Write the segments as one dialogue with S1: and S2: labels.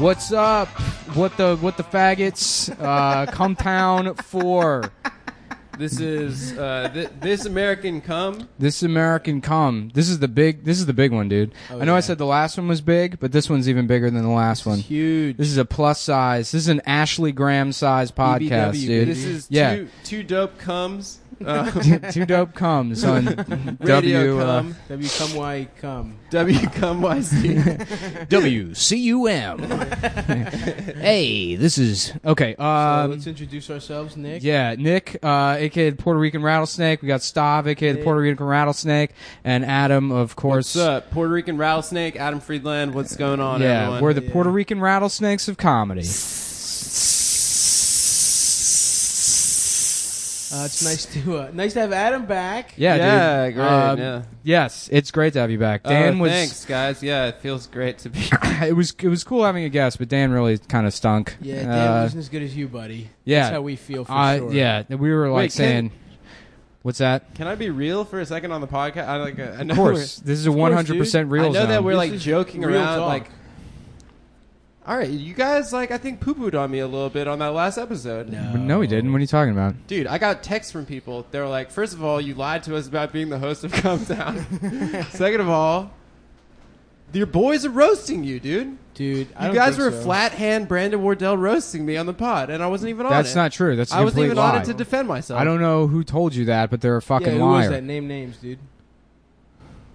S1: What's up? What the what the faggots? Uh, come town for
S2: This is uh, th- this American cum.
S1: this American come. This is the big. This is the big one, dude.
S2: Oh,
S1: I know I said the last one was big, but this one's even bigger than the last one.
S2: Huge.
S1: This is a plus size. This is an Ashley Graham size podcast,
S2: BBW.
S1: dude.
S2: This is
S1: yeah.
S2: two, two dope cums. Uh,
S1: Two dope comes on
S2: radio
S1: W. Uh,
S2: cum.
S3: W come Y come.
S2: W cum YC.
S1: W C U M. Hey, this is okay.
S3: So
S1: Um,
S3: let's introduce ourselves, Nick.
S1: Yeah, Nick, uh, aka the Puerto Rican Rattlesnake. We got Stav, aka the Puerto Rican Rattlesnake, and Adam, of course.
S2: What's up? Puerto Rican rattlesnake. Adam Friedland. What's going on?
S1: Yeah,
S2: everyone?
S1: we're the Puerto Rican Rattlesnakes of comedy.
S3: Uh, it's nice to uh, nice to have Adam back.
S1: Yeah,
S2: Yeah,
S1: dude.
S2: great,
S1: Um,
S2: yeah.
S1: Yes, it's great to have you back. Dan
S2: oh,
S1: was.
S2: thanks, guys. Yeah, it feels great to be.
S1: It was it was cool having a guest, but Dan really kind of stunk.
S3: Yeah, Dan
S1: Uh,
S3: wasn't as good as you, buddy.
S1: yeah.
S3: That's how we feel for
S1: uh,
S3: sure.
S1: Yeah, we were like
S2: Wait, can-
S1: saying, "What's that?"
S2: Can I be real for a second on the podcast? I like. uh, I know
S1: Of course,
S2: we're-
S1: this is a
S2: Of
S1: one
S2: course,
S1: hundred percent
S2: dude.
S1: real.
S2: I know that
S1: zone.
S2: we're
S3: This
S2: like
S3: is
S2: joking
S3: real
S2: around.
S3: talk.
S2: Like, all right, you guys like I think poo pooed on me a little bit on that last episode.
S1: No, we didn't. What are you talking about?
S2: Dude, I got texts from people. They were like, first of all, you lied to us about being the host of Come Down. Second of all, your boys are roasting you, dude.
S3: dude. I
S2: You
S3: don't
S2: guys
S3: think
S2: were
S3: so.
S2: flat hand Brandon Wardell roasting me on the pod, and I wasn't even on it.
S1: That's not true. That's a
S2: I wasn't
S1: complete
S2: even on
S1: lie.
S2: it to defend myself.
S1: I don't know who told you that, but they're a
S3: Yeah,
S1: fucking
S3: who
S1: liar.
S3: was that? Name names, dude.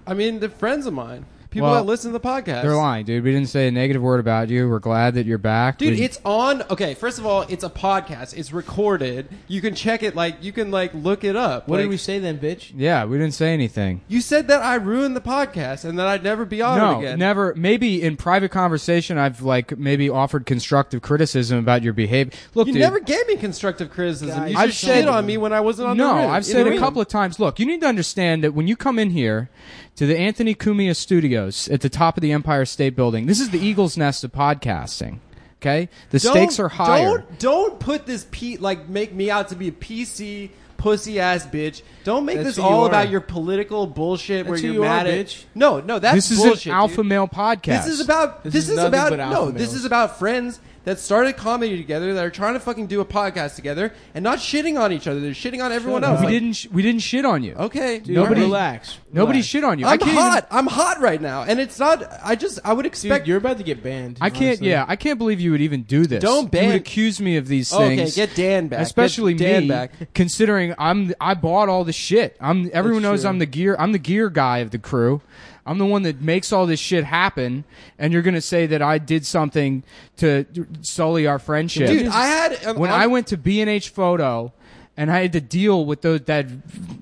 S2: I mean, they're friends of mine. People
S1: Well,
S2: that listen to the podcast.
S1: They're lying, dude. We didn't say a negative word about you. We're glad that you're back.
S2: Dude,
S1: We-
S2: it's on. Okay, first of all, it's a podcast. It's recorded. You can check it. Like you can like look it up.
S3: What
S2: like,
S3: did we say then, bitch?
S1: yeah, we didn't say anything.
S2: You said that I ruined the podcast and that I'd never be on it
S1: No,
S2: again.
S1: never. Maybe in private conversation, I've like maybe offered constructive criticism about your behavior. Look,
S2: You
S1: dude,
S2: never gave me constructive criticism.
S3: Guys,
S2: you
S1: I've
S2: just shit
S1: said-
S2: on me when I wasn't on
S1: No,
S2: the room-
S1: I've
S2: in
S1: said a
S2: the room.
S1: couple of times. Look, you need to understand that when you come in here to the Anthony Cumia Studios at the top of the Empire State Building, this is the eagle's nest of podcasting. Okay, the
S2: Don't-
S1: stakes are higher.
S2: Don't don't put this P like make me out to be a PC pussy ass bitch. Don't make
S3: That's
S2: this
S3: who
S2: all
S3: you
S2: about
S3: are.
S2: your political bullshit where
S3: That's who
S2: you're
S3: you are,
S2: mad at
S3: bitch.
S2: No, no, that's
S1: this is
S2: bullshit,
S1: an alpha
S2: dude.
S1: male podcast.
S2: This is about this,
S3: This is
S2: is,
S3: nothing
S2: about
S3: but alpha
S2: no. This
S3: males.
S2: is about friends that started comedy together that are trying to fucking do a podcast together and not shitting on each other. They're shitting on everyone
S3: up.
S2: else.
S1: we
S2: Like,
S1: didn't sh- we didn't shit on you.
S2: okay,
S3: Dude,
S1: Nobody-
S3: relax.
S1: Nobody
S3: relax.
S1: shit on you. I
S2: I'm
S1: can't even-
S2: hot. I'm hot right now, and it's not. I just I would
S3: Dude,
S2: expect
S3: you're about to get banned.
S1: I can't.
S3: honestly.
S1: Yeah, I can't believe you would even do this.
S2: Don't
S1: You
S2: ban-
S1: would accuse me of these
S2: Okay,
S1: things.
S2: get Dan back.
S1: especially
S2: Get Dan
S1: me.
S2: back.
S1: Considering I'm, I bought all the shit. I'm. Everyone
S3: That's
S1: knows
S3: true.
S1: I'm the gear. I'm the gear guy of the crew. I'm the one that makes all this shit happen, and you're gonna say that I did something to sully our friendship,
S2: Dude, I had um, an
S1: when
S2: on-
S1: I went to B and H Photo, and I had to deal with those that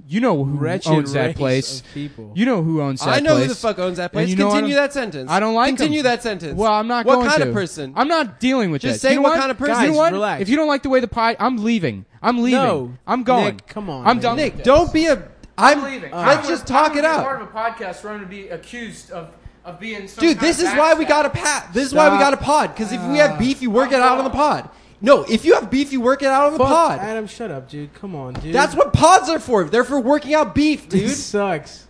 S1: you know who
S3: Wretched
S1: owns that
S3: race
S1: place.
S3: of people.
S1: You know who owns that
S2: I know who
S1: place.
S2: the fuck owns that
S1: And
S2: place.
S1: you know I
S2: Continue
S1: don't-
S2: that sentence.
S1: I don't like
S2: Continue
S1: them.
S2: that sentence.
S1: Well, I'm not
S2: What
S1: going
S2: kind of
S1: to.
S2: person?
S1: I'm not dealing with
S2: Just
S1: that.
S2: say
S1: You know
S2: what kind of person.
S1: You know
S3: Guys,
S1: what?
S3: relax.
S1: If you don't like the way the pie, I'm leaving. I'm leaving.
S3: No.
S1: I'm going.
S3: Nick, come on,
S1: I'm
S3: man.
S1: done. with
S2: Nick,
S1: this.
S2: don't be a. I'm,
S1: I
S2: let's
S1: don't
S2: just
S1: wanna- I
S2: talk
S1: don't
S2: it
S1: wanna be of
S2: out.
S1: a podcast where I'm going to be accused of of being. Some
S2: Dude, this is why we got a pat. This is why we
S3: Stop.
S2: got a pod. Because if we have beef, you work it out on the pod. No, if you have beef, you work it out on the
S3: Fuck,
S2: pod.
S3: Adam, shut up, dude. Come on, dude.
S2: That's what pods are for. They're for working out beef, dude.
S3: This sucks.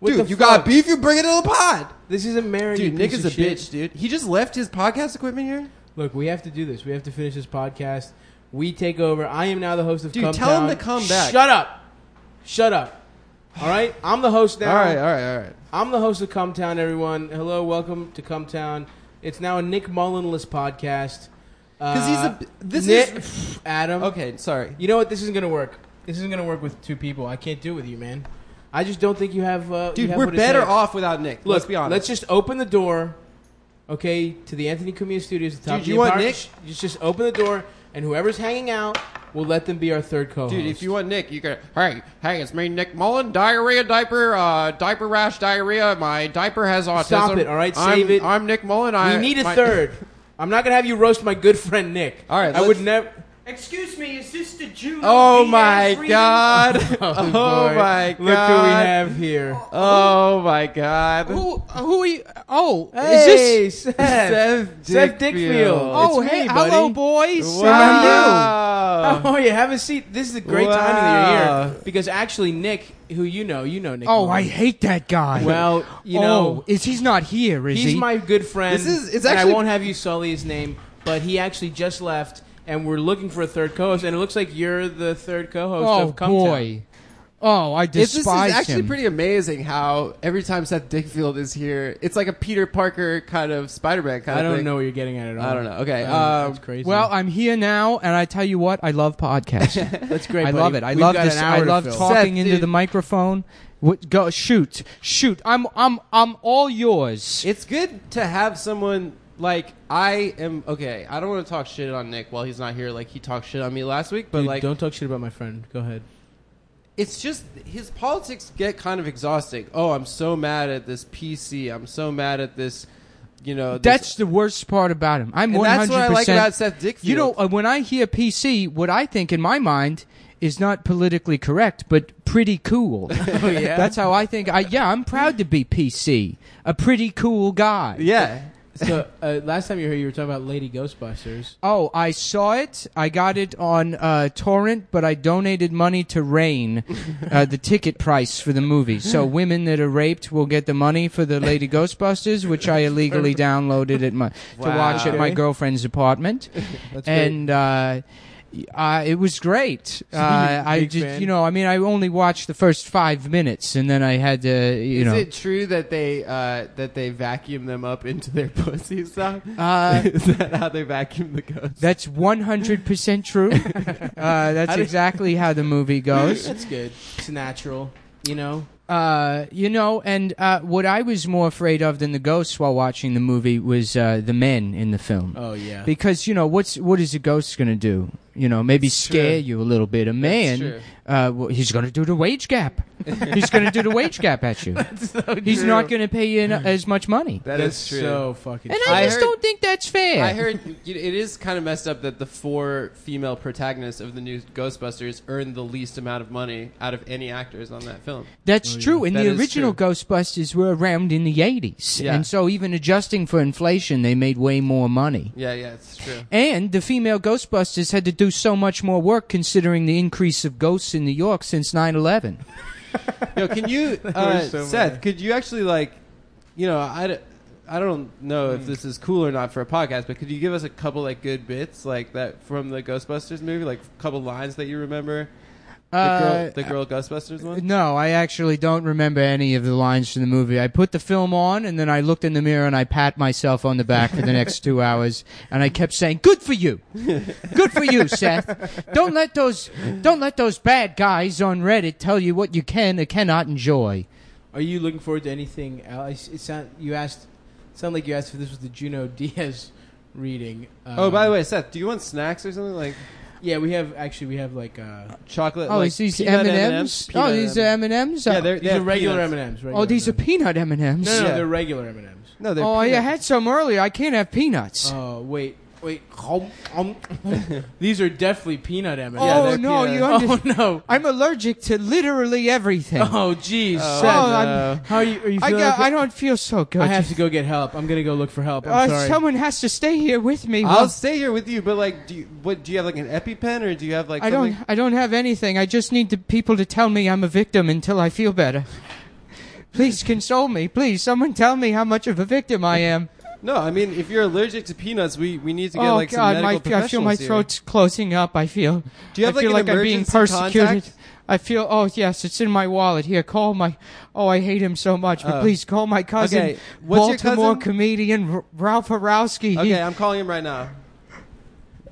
S3: What
S2: Dude,
S3: the
S2: you
S3: fuck?
S2: got beef, you bring it to the pod.
S3: This isn't married.
S2: Dude,
S3: you
S2: Nick
S3: piece
S2: is a
S3: of shit.
S2: bitch, dude. He just left his podcast equipment here.
S3: Look, we have to do this. We have to finish this podcast. We take over. I am now the host of
S2: Dude,
S3: Come
S2: tell him to
S3: Down.
S2: come back.
S3: Shut up. Shut up. All right? I'm the host now.
S2: right, all right.
S3: I'm the host of Come Town, everyone. Hello, welcome to Come Town. It's now a Nick Mullenless podcast. Uh,
S2: 'Cause he's a- this
S3: Nick,
S2: is-
S3: Adam.
S2: Okay, sorry.
S3: You know what? This isn't going to work. This isn't gonna work with two people. I can't do it with you, man. I just don't think you have. Uh, you
S2: Dude,
S3: have
S2: we're
S3: what it
S2: better
S3: takes.
S2: off without Nick.
S3: Look,
S2: let's be honest.
S3: Let's just open the door, okay, to the Anthony Cumia Studios. The top
S2: Dude,
S3: of
S2: you
S3: the
S2: want
S3: Empire.
S2: Nick?
S3: Sh- Just, just open the door, and whoever's hanging out, we'll let them be our third co-host.
S2: Dude, if you want Nick, you can. Hey, hey, it's me, Nick Mullen. Diarrhea, diaper, uh, diaper rash, diarrhea. My diaper has autism.
S3: it, all right?
S2: I'm-
S3: Save it.
S2: I'm Nick Mullen.
S3: we
S2: I
S3: need a
S2: my-
S3: third. I'm not gonna have you roast my good friend Nick.
S2: All right,
S3: I
S2: let's-
S3: would never.
S4: Excuse me, is this the Jew?
S2: Oh
S4: D.S.
S2: my
S4: Freeman?
S2: god. Oh,
S3: boy.
S2: my god.
S3: Look who we have here.
S2: Oh my god.
S1: Who? Who are you? Oh,
S3: Hey,
S1: is this?
S3: Seth?
S2: Seth
S3: Seth
S2: Dickfield.
S3: Dickfield.
S1: Oh,
S3: It's
S1: hey,
S3: me, buddy.
S1: hello, boys.
S2: Wow.
S3: Oh yeah, have a seat. This is a great time of the
S2: Wow.
S3: year because actually Nick, who you know, you know Nick.
S1: Oh,
S3: Mullen.
S1: I hate that guy.
S3: Well, you
S1: Oh,
S3: know,
S1: is he's not here? Is
S3: he's
S1: he?
S3: my good friend.
S2: This is- it's
S3: and I
S2: actually-
S3: won't have you sully his name, but he actually just left, and we're looking for a third co-host, and it looks like you're the third co-host
S1: oh
S3: of Come
S1: boy. Oh, I
S2: It's- this
S1: despise
S2: is actually
S1: him.
S2: pretty amazing how every time Seth Dickfield is here, it's like a Peter Parker kind of Spider Man kind
S3: I
S2: of
S3: don't
S2: thing.
S3: know what you're getting at at all.
S2: I don't know. Okay,
S3: I don't know.
S2: um,
S3: that's crazy.
S1: well, I'm here now, and I tell you what, I love podcasting.
S3: that's
S1: I
S3: great. buddy.
S1: love it. I
S3: We've
S1: love
S3: got
S1: this.
S3: An hour
S1: I
S3: to
S1: love
S3: fill.
S1: talking into
S2: dude.
S1: the microphone. What, go shoot, shoot. I'm I'm I'm all yours.
S2: It's good to have someone like I am. Okay, I don't want to talk shit on Nick while he's not here. Like he talked shit on me last week, but
S3: Dude,
S2: like
S3: don't talk shit about my friend. Go ahead.
S2: it's just his politics get kind of exhausting. Oh, I'm so mad at this PC. I'm so mad at this. You know, this,
S1: that's the worst part about him. I'm
S2: and
S1: 100.
S2: that's what I like about Seth Dickfield.
S1: You know, uh, when I hear PC, what I think in my mind is not politically correct, but pretty cool.
S3: Oh yeah.
S1: That's how I think. I yeah, I'm proud to be PC, a pretty cool guy.
S2: yeah.
S3: so uh, last time you were here, you were talking about Lady Ghostbusters.
S1: Oh, I saw it. I got it on uh, torrent, but I donated money to Rain, uh, the ticket price for the movie. So women that are raped will get the money for the Lady Ghostbusters, which I illegally downloaded at my to watch at my
S3: Okay.
S1: girlfriend's apartment,
S3: That's
S1: and. Uh, uh, it was great. Uh, I
S3: Big
S1: just,
S3: fan.
S1: you know, I mean, I only watched the first five minutes, and then I had to, you
S2: Is
S1: know.
S2: it true that they uh, that they vacuum them up into their pussies? Now?
S1: Uh,
S2: Is that how they vacuum the ghosts?
S1: That's one hundred percent true. Uh, that's exactly how the movie goes.
S3: That's good. It's natural. You know.
S1: Uh, you know, and uh, what I was more afraid of than the ghosts while watching the movie was uh, the men in the film.
S3: Oh yeah.
S1: Because you know what's what is a ghost going to do? You know, maybe scare you a little bit. A man,
S2: true.
S1: uh, well, he's going to do the wage gap. he's going to do the wage gap at you. he's not going to pay you en- as much money,
S2: That
S3: that's
S2: is true.
S3: so fucking.
S1: and
S3: true.
S1: I,
S2: I
S1: just
S2: heard-
S1: don't think that's fair.
S2: I heard you know, it is kind of messed up that the four female protagonists of the new Ghostbusters earned the least amount of money out of any actors on that film.
S1: That's true. And
S2: Oh, That
S1: the
S2: is
S1: original Ghostbusters were around in the 80s.
S2: Yeah.
S1: And so even adjusting for inflation, they made way more money.
S2: Yeah, yeah, it's true.
S1: And the female Ghostbusters had to do so much more work considering the increase of ghosts in New York since 9 11.
S2: Yo, can you, uh, Seth? Could you actually like, you know, I, d- I don't know if this is cool or not for a podcast, but could you give us a couple like good bits like that from the Ghostbusters movie, like a couple lines that you remember? The
S1: Uh,
S2: girl, the girl Ghostbusters one.
S1: No, I actually don't remember any of the lines from the movie. I put the film on and then I looked in the mirror and I pat myself on the back for the next two hours and I kept saying, Good for you. Good for you, Seth. Don't let those don't let those bad guys on Reddit tell you what you can or cannot enjoy.
S3: Are you looking forward to anything? Else? It sound you asked. Sound like you asked if this was the Juno Diaz reading. Um,
S2: Oh, by the way, Seth, do you want snacks or something like
S3: yeah, we have actually we have like uh,
S2: chocolate?
S1: Oh,
S2: like
S1: is these M
S2: peanut
S1: and M's?
S2: Peanut
S1: Oh, these are M and M's.
S2: Yeah, they're,
S3: these
S2: they're
S3: are regular M
S2: peanuts.
S3: and M's.
S1: Oh, these are peanut M and M's.
S3: no, no,
S2: Yeah.
S3: they're regular M and M's.
S2: No, they're
S1: Oh, I
S2: peanuts.
S1: had some earlier. I can't have peanuts.
S3: Oh wait, wait, um, um, these are definitely peanut M and
S2: Yeah,
S1: oh
S2: they're
S3: M's.
S1: no,
S2: peanuts.
S1: you
S3: oh
S1: under-
S3: no.
S1: I'm allergic to literally everything.
S3: Oh geez,
S2: Oh,
S3: Seth.
S1: Oh,
S2: no.
S3: How are you? Are you
S1: I
S3: feeling
S1: got.
S3: okay?
S1: I don't feel so good.
S3: I have to go get help. I'm gonna go look for help. I'm
S1: Uh,
S3: sorry.
S1: Someone has to stay here with me.
S2: I'll
S1: while-
S2: stay here with you, but like, do you, what? Do you have like an EpiPen, or do you have like?
S1: I
S2: something?
S1: don't. I don't have anything. I just need the people to tell me I'm a victim until I feel better. Please console me. Please, someone tell me how much of a victim I am.
S2: No, I mean, if you're allergic to peanuts, we, we need to get
S1: oh
S2: like some
S1: God,
S2: medical
S1: my, I feel my
S2: professionals here.
S1: throat's closing up. I feel.
S2: Do you have
S1: I feel
S2: like an
S1: like I'm being
S2: emergency
S1: persecuted.
S2: contact?
S1: I feel. Oh yes, it's in my wallet. Here, call my. Oh, I hate him so much. But
S2: Oh.
S1: please call my cousin,
S2: Okay, what's your
S1: Baltimore
S2: cousin?
S1: comedian R- Ralph Harowski. He-
S2: Okay, I'm calling him right now.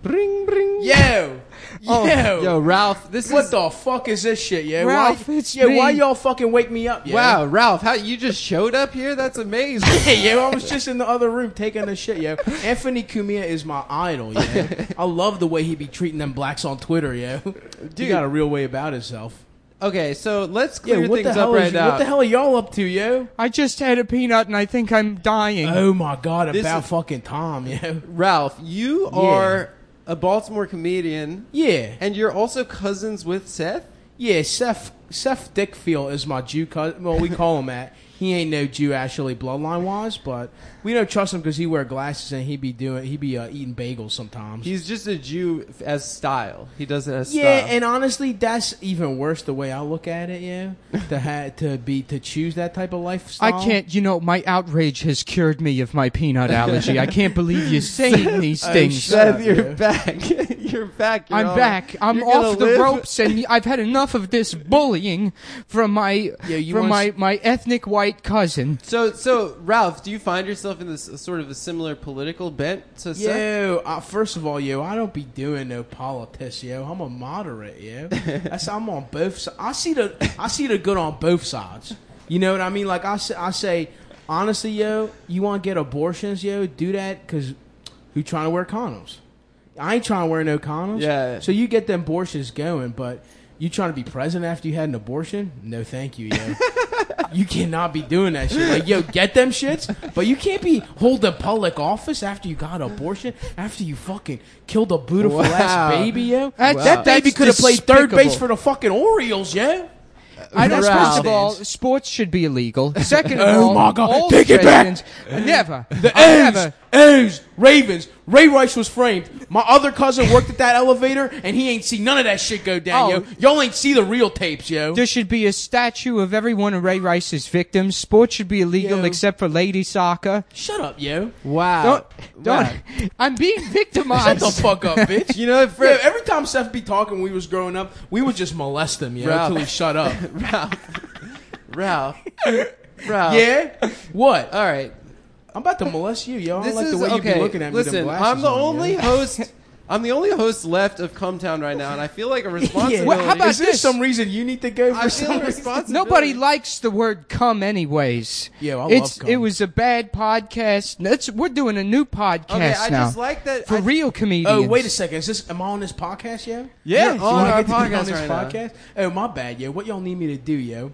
S2: Bring, bring.
S3: Yo,
S2: Oh,
S3: yo,
S2: yo, Ralph. This
S3: what
S2: is
S3: the fuck is this shit? Yeah,
S1: Ralph,
S3: why?
S1: it's
S3: yeah,
S1: me.
S3: why y'all fucking wake me up? Yeah?
S2: wow, Ralph. How you just showed up here? That's amazing.
S3: Hey, yo, I was just in the other room taking a shit, yo. Anthony Cumia is my idol, yo. I love the way he be treating them blacks on Twitter, yo. He
S2: Dude.
S3: got a real way about himself.
S2: Okay, so let's
S3: Yeah,
S2: clear
S3: what
S2: things
S3: the hell
S2: up
S3: is
S2: right
S3: you-
S2: now.
S3: What the hell are y'all up to, yo?
S1: I just had a peanut and I think I'm dying.
S3: Oh my god,
S2: This
S3: about
S2: is-
S3: fucking Tom, yo.
S2: Ralph, you
S3: Yeah.
S2: are a Baltimore comedian,
S3: Yeah,
S2: and you're also cousins with Seth.
S3: yeah. Seth Seth Dickfield is my Jew cousin. Well, we call him that. He ain't no Jew actually bloodline wise, but we don't trust him because he wear glasses and he be doing he be uh, eating bagels sometimes.
S2: He's just a Jew f- as style. He does it as
S3: Yeah,
S2: style.
S3: and honestly, that's even worse the way I look at it. Yeah, to ha- to be to choose that type of
S1: I
S3: lifestyle.
S1: can't, you know, my outrage has cured me of my peanut allergy. I can't believe you're saying these
S3: Oh,
S1: things.
S3: shut
S2: Seth,
S3: up,
S2: you're
S3: dude.
S2: back. you're back. You're
S1: I'm
S2: on-
S1: back. I'm
S2: you're gonna
S1: off the
S2: live-
S1: ropes, and I've had enough of this bullying from my
S3: Yeah, you
S1: from
S3: wanna
S1: my,
S3: s-
S1: my ethnic white cousin.
S2: So, so Ralph, do you find yourself in this sort of a similar political bent to Seth?
S3: Yo, uh, first of all, yo, I don't be doing no politics, yo. I'm a moderate, yo. That's I'm on both. si- I see the I see the good on both sides. You know what I mean? Like I say, I say honestly, yo, you want to get abortions, yo? Do that because who trying to wear condoms? I ain't trying to wear no condoms.
S2: Yeah.
S3: So you get them abortions going, but you trying to be president after you had an abortion? No, thank you, yo. You cannot be doing that shit. Like, yo, get them shits, but you can't be holding public office after you got an abortion, after you fucking killed a beautiful
S2: Wow.
S3: ass baby, yo.
S1: That's-
S3: That
S1: that's
S3: baby could have played third
S1: despicable.
S3: base for the fucking Orioles, yo.
S1: I don't.
S2: Ralph.
S1: First of all, sports should be illegal. Second of
S3: Oh
S1: all,
S3: my God.
S1: all
S3: Take it back.
S1: presidents- Never.
S3: The
S1: I'll
S3: A's,
S1: never.
S3: A's, Ravens. Ray Rice was framed. My other cousin worked at that elevator, and he ain't seen none of that shit go down,
S1: Oh.
S3: yo. Y'all ain't see the real tapes, yo.
S1: There should be a statue of every one of Ray Rice's victims. Sports should be illegal
S3: Yo.
S1: except for lady soccer.
S3: Shut up, yo.
S2: Wow.
S1: don't, don't.
S2: Wow.
S1: I'm being
S3: Uh, Shut
S1: victimized.
S3: the fuck up, bitch.
S2: You know, at
S3: Yeah,
S2: first,
S3: every time Seth be talking when we was growing up, we would just molest him, you know,
S2: Ralph.
S3: until he shut up.
S2: Ralph. Ralph.
S3: yeah? What? Uh,
S2: All right.
S3: I'm about to molest you, yo. I
S2: This
S3: don't like
S2: is
S3: the way
S2: okay.
S3: you be looking at me. with them
S2: Listen,
S3: glasses
S2: I'm the
S3: on, yo.
S2: only host. I'm the only host left of Cometown right now, and I feel like a responsibility.
S1: Well, how about
S3: Is there
S1: this?
S3: some reason you need to go for
S2: I feel
S3: some
S2: a
S3: reason?
S2: responsibility.
S1: Nobody likes the word "cum" anyways.
S3: Yeah, I love
S1: it's
S3: cum.
S1: it was a bad podcast. That's we're doing a new podcast
S2: Okay, I
S1: now
S2: just like that.
S1: for
S2: I-
S1: real comedians.
S3: Oh, wait a second. Is this am I on this podcast, yo?
S2: Yeah, on
S3: You wanna
S2: our
S3: get to be
S2: podcast
S3: on this
S2: right now.
S3: podcast? Oh, my bad, yo. What y'all need me to do, yo?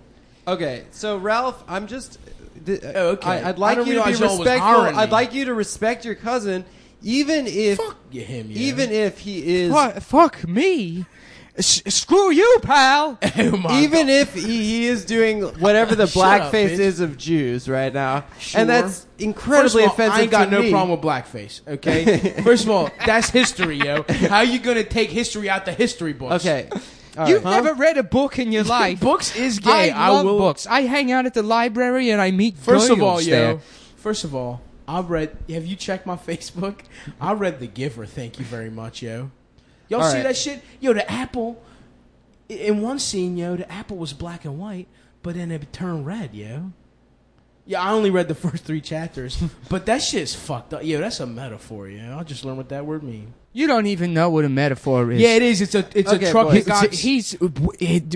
S2: Okay, so Ralph, I'm just. th-
S3: Oh, okay.
S2: I, would
S3: I
S2: like
S3: didn't
S2: you to be
S3: realize y'all was
S2: respectful.
S3: hiring me.
S2: I'd like you to respect your cousin, even if,
S3: Fuck you, him, yo.
S2: even if he is,
S1: Fu- fuck me. S- screw you, pal.
S3: oh my
S2: even
S3: God.
S2: if he, he is doing whatever the
S3: Shut up,
S2: blackface
S3: bitch.
S2: is of Jews right now,
S3: Sure.
S2: and that's
S3: First of
S2: incredibly
S3: all,
S2: offensive.
S3: I ain't got
S2: to
S3: no
S2: me.
S3: problem with blackface. Okay. First of all, that's history, yo. How you gonna take history out the history books?
S2: Okay, All
S1: You've
S2: right.
S1: never read a book in your life.
S3: Books is gay.
S1: I
S3: I,
S1: love
S3: will.
S1: books. I hang out at the library and I meet
S3: First of all,
S1: Goyals there.
S3: yo. First of all, I read. Have you checked my Facebook? I read The Giver. Thank you very much, yo. Y'all all
S2: All
S3: see
S2: right.
S3: that shit? Yo, the apple. i- In one scene, yo, the apple was black and white, but then it turned red, yo. Yeah, I only read the first three chapters, but that shit's fucked up. Yo, that's a metaphor, yo. I just learned what that word means.
S1: You don't even know what a metaphor is.
S3: Yeah, it is. It's a it's
S2: Okay,
S3: a truck.
S2: boys.
S3: that got-
S1: he's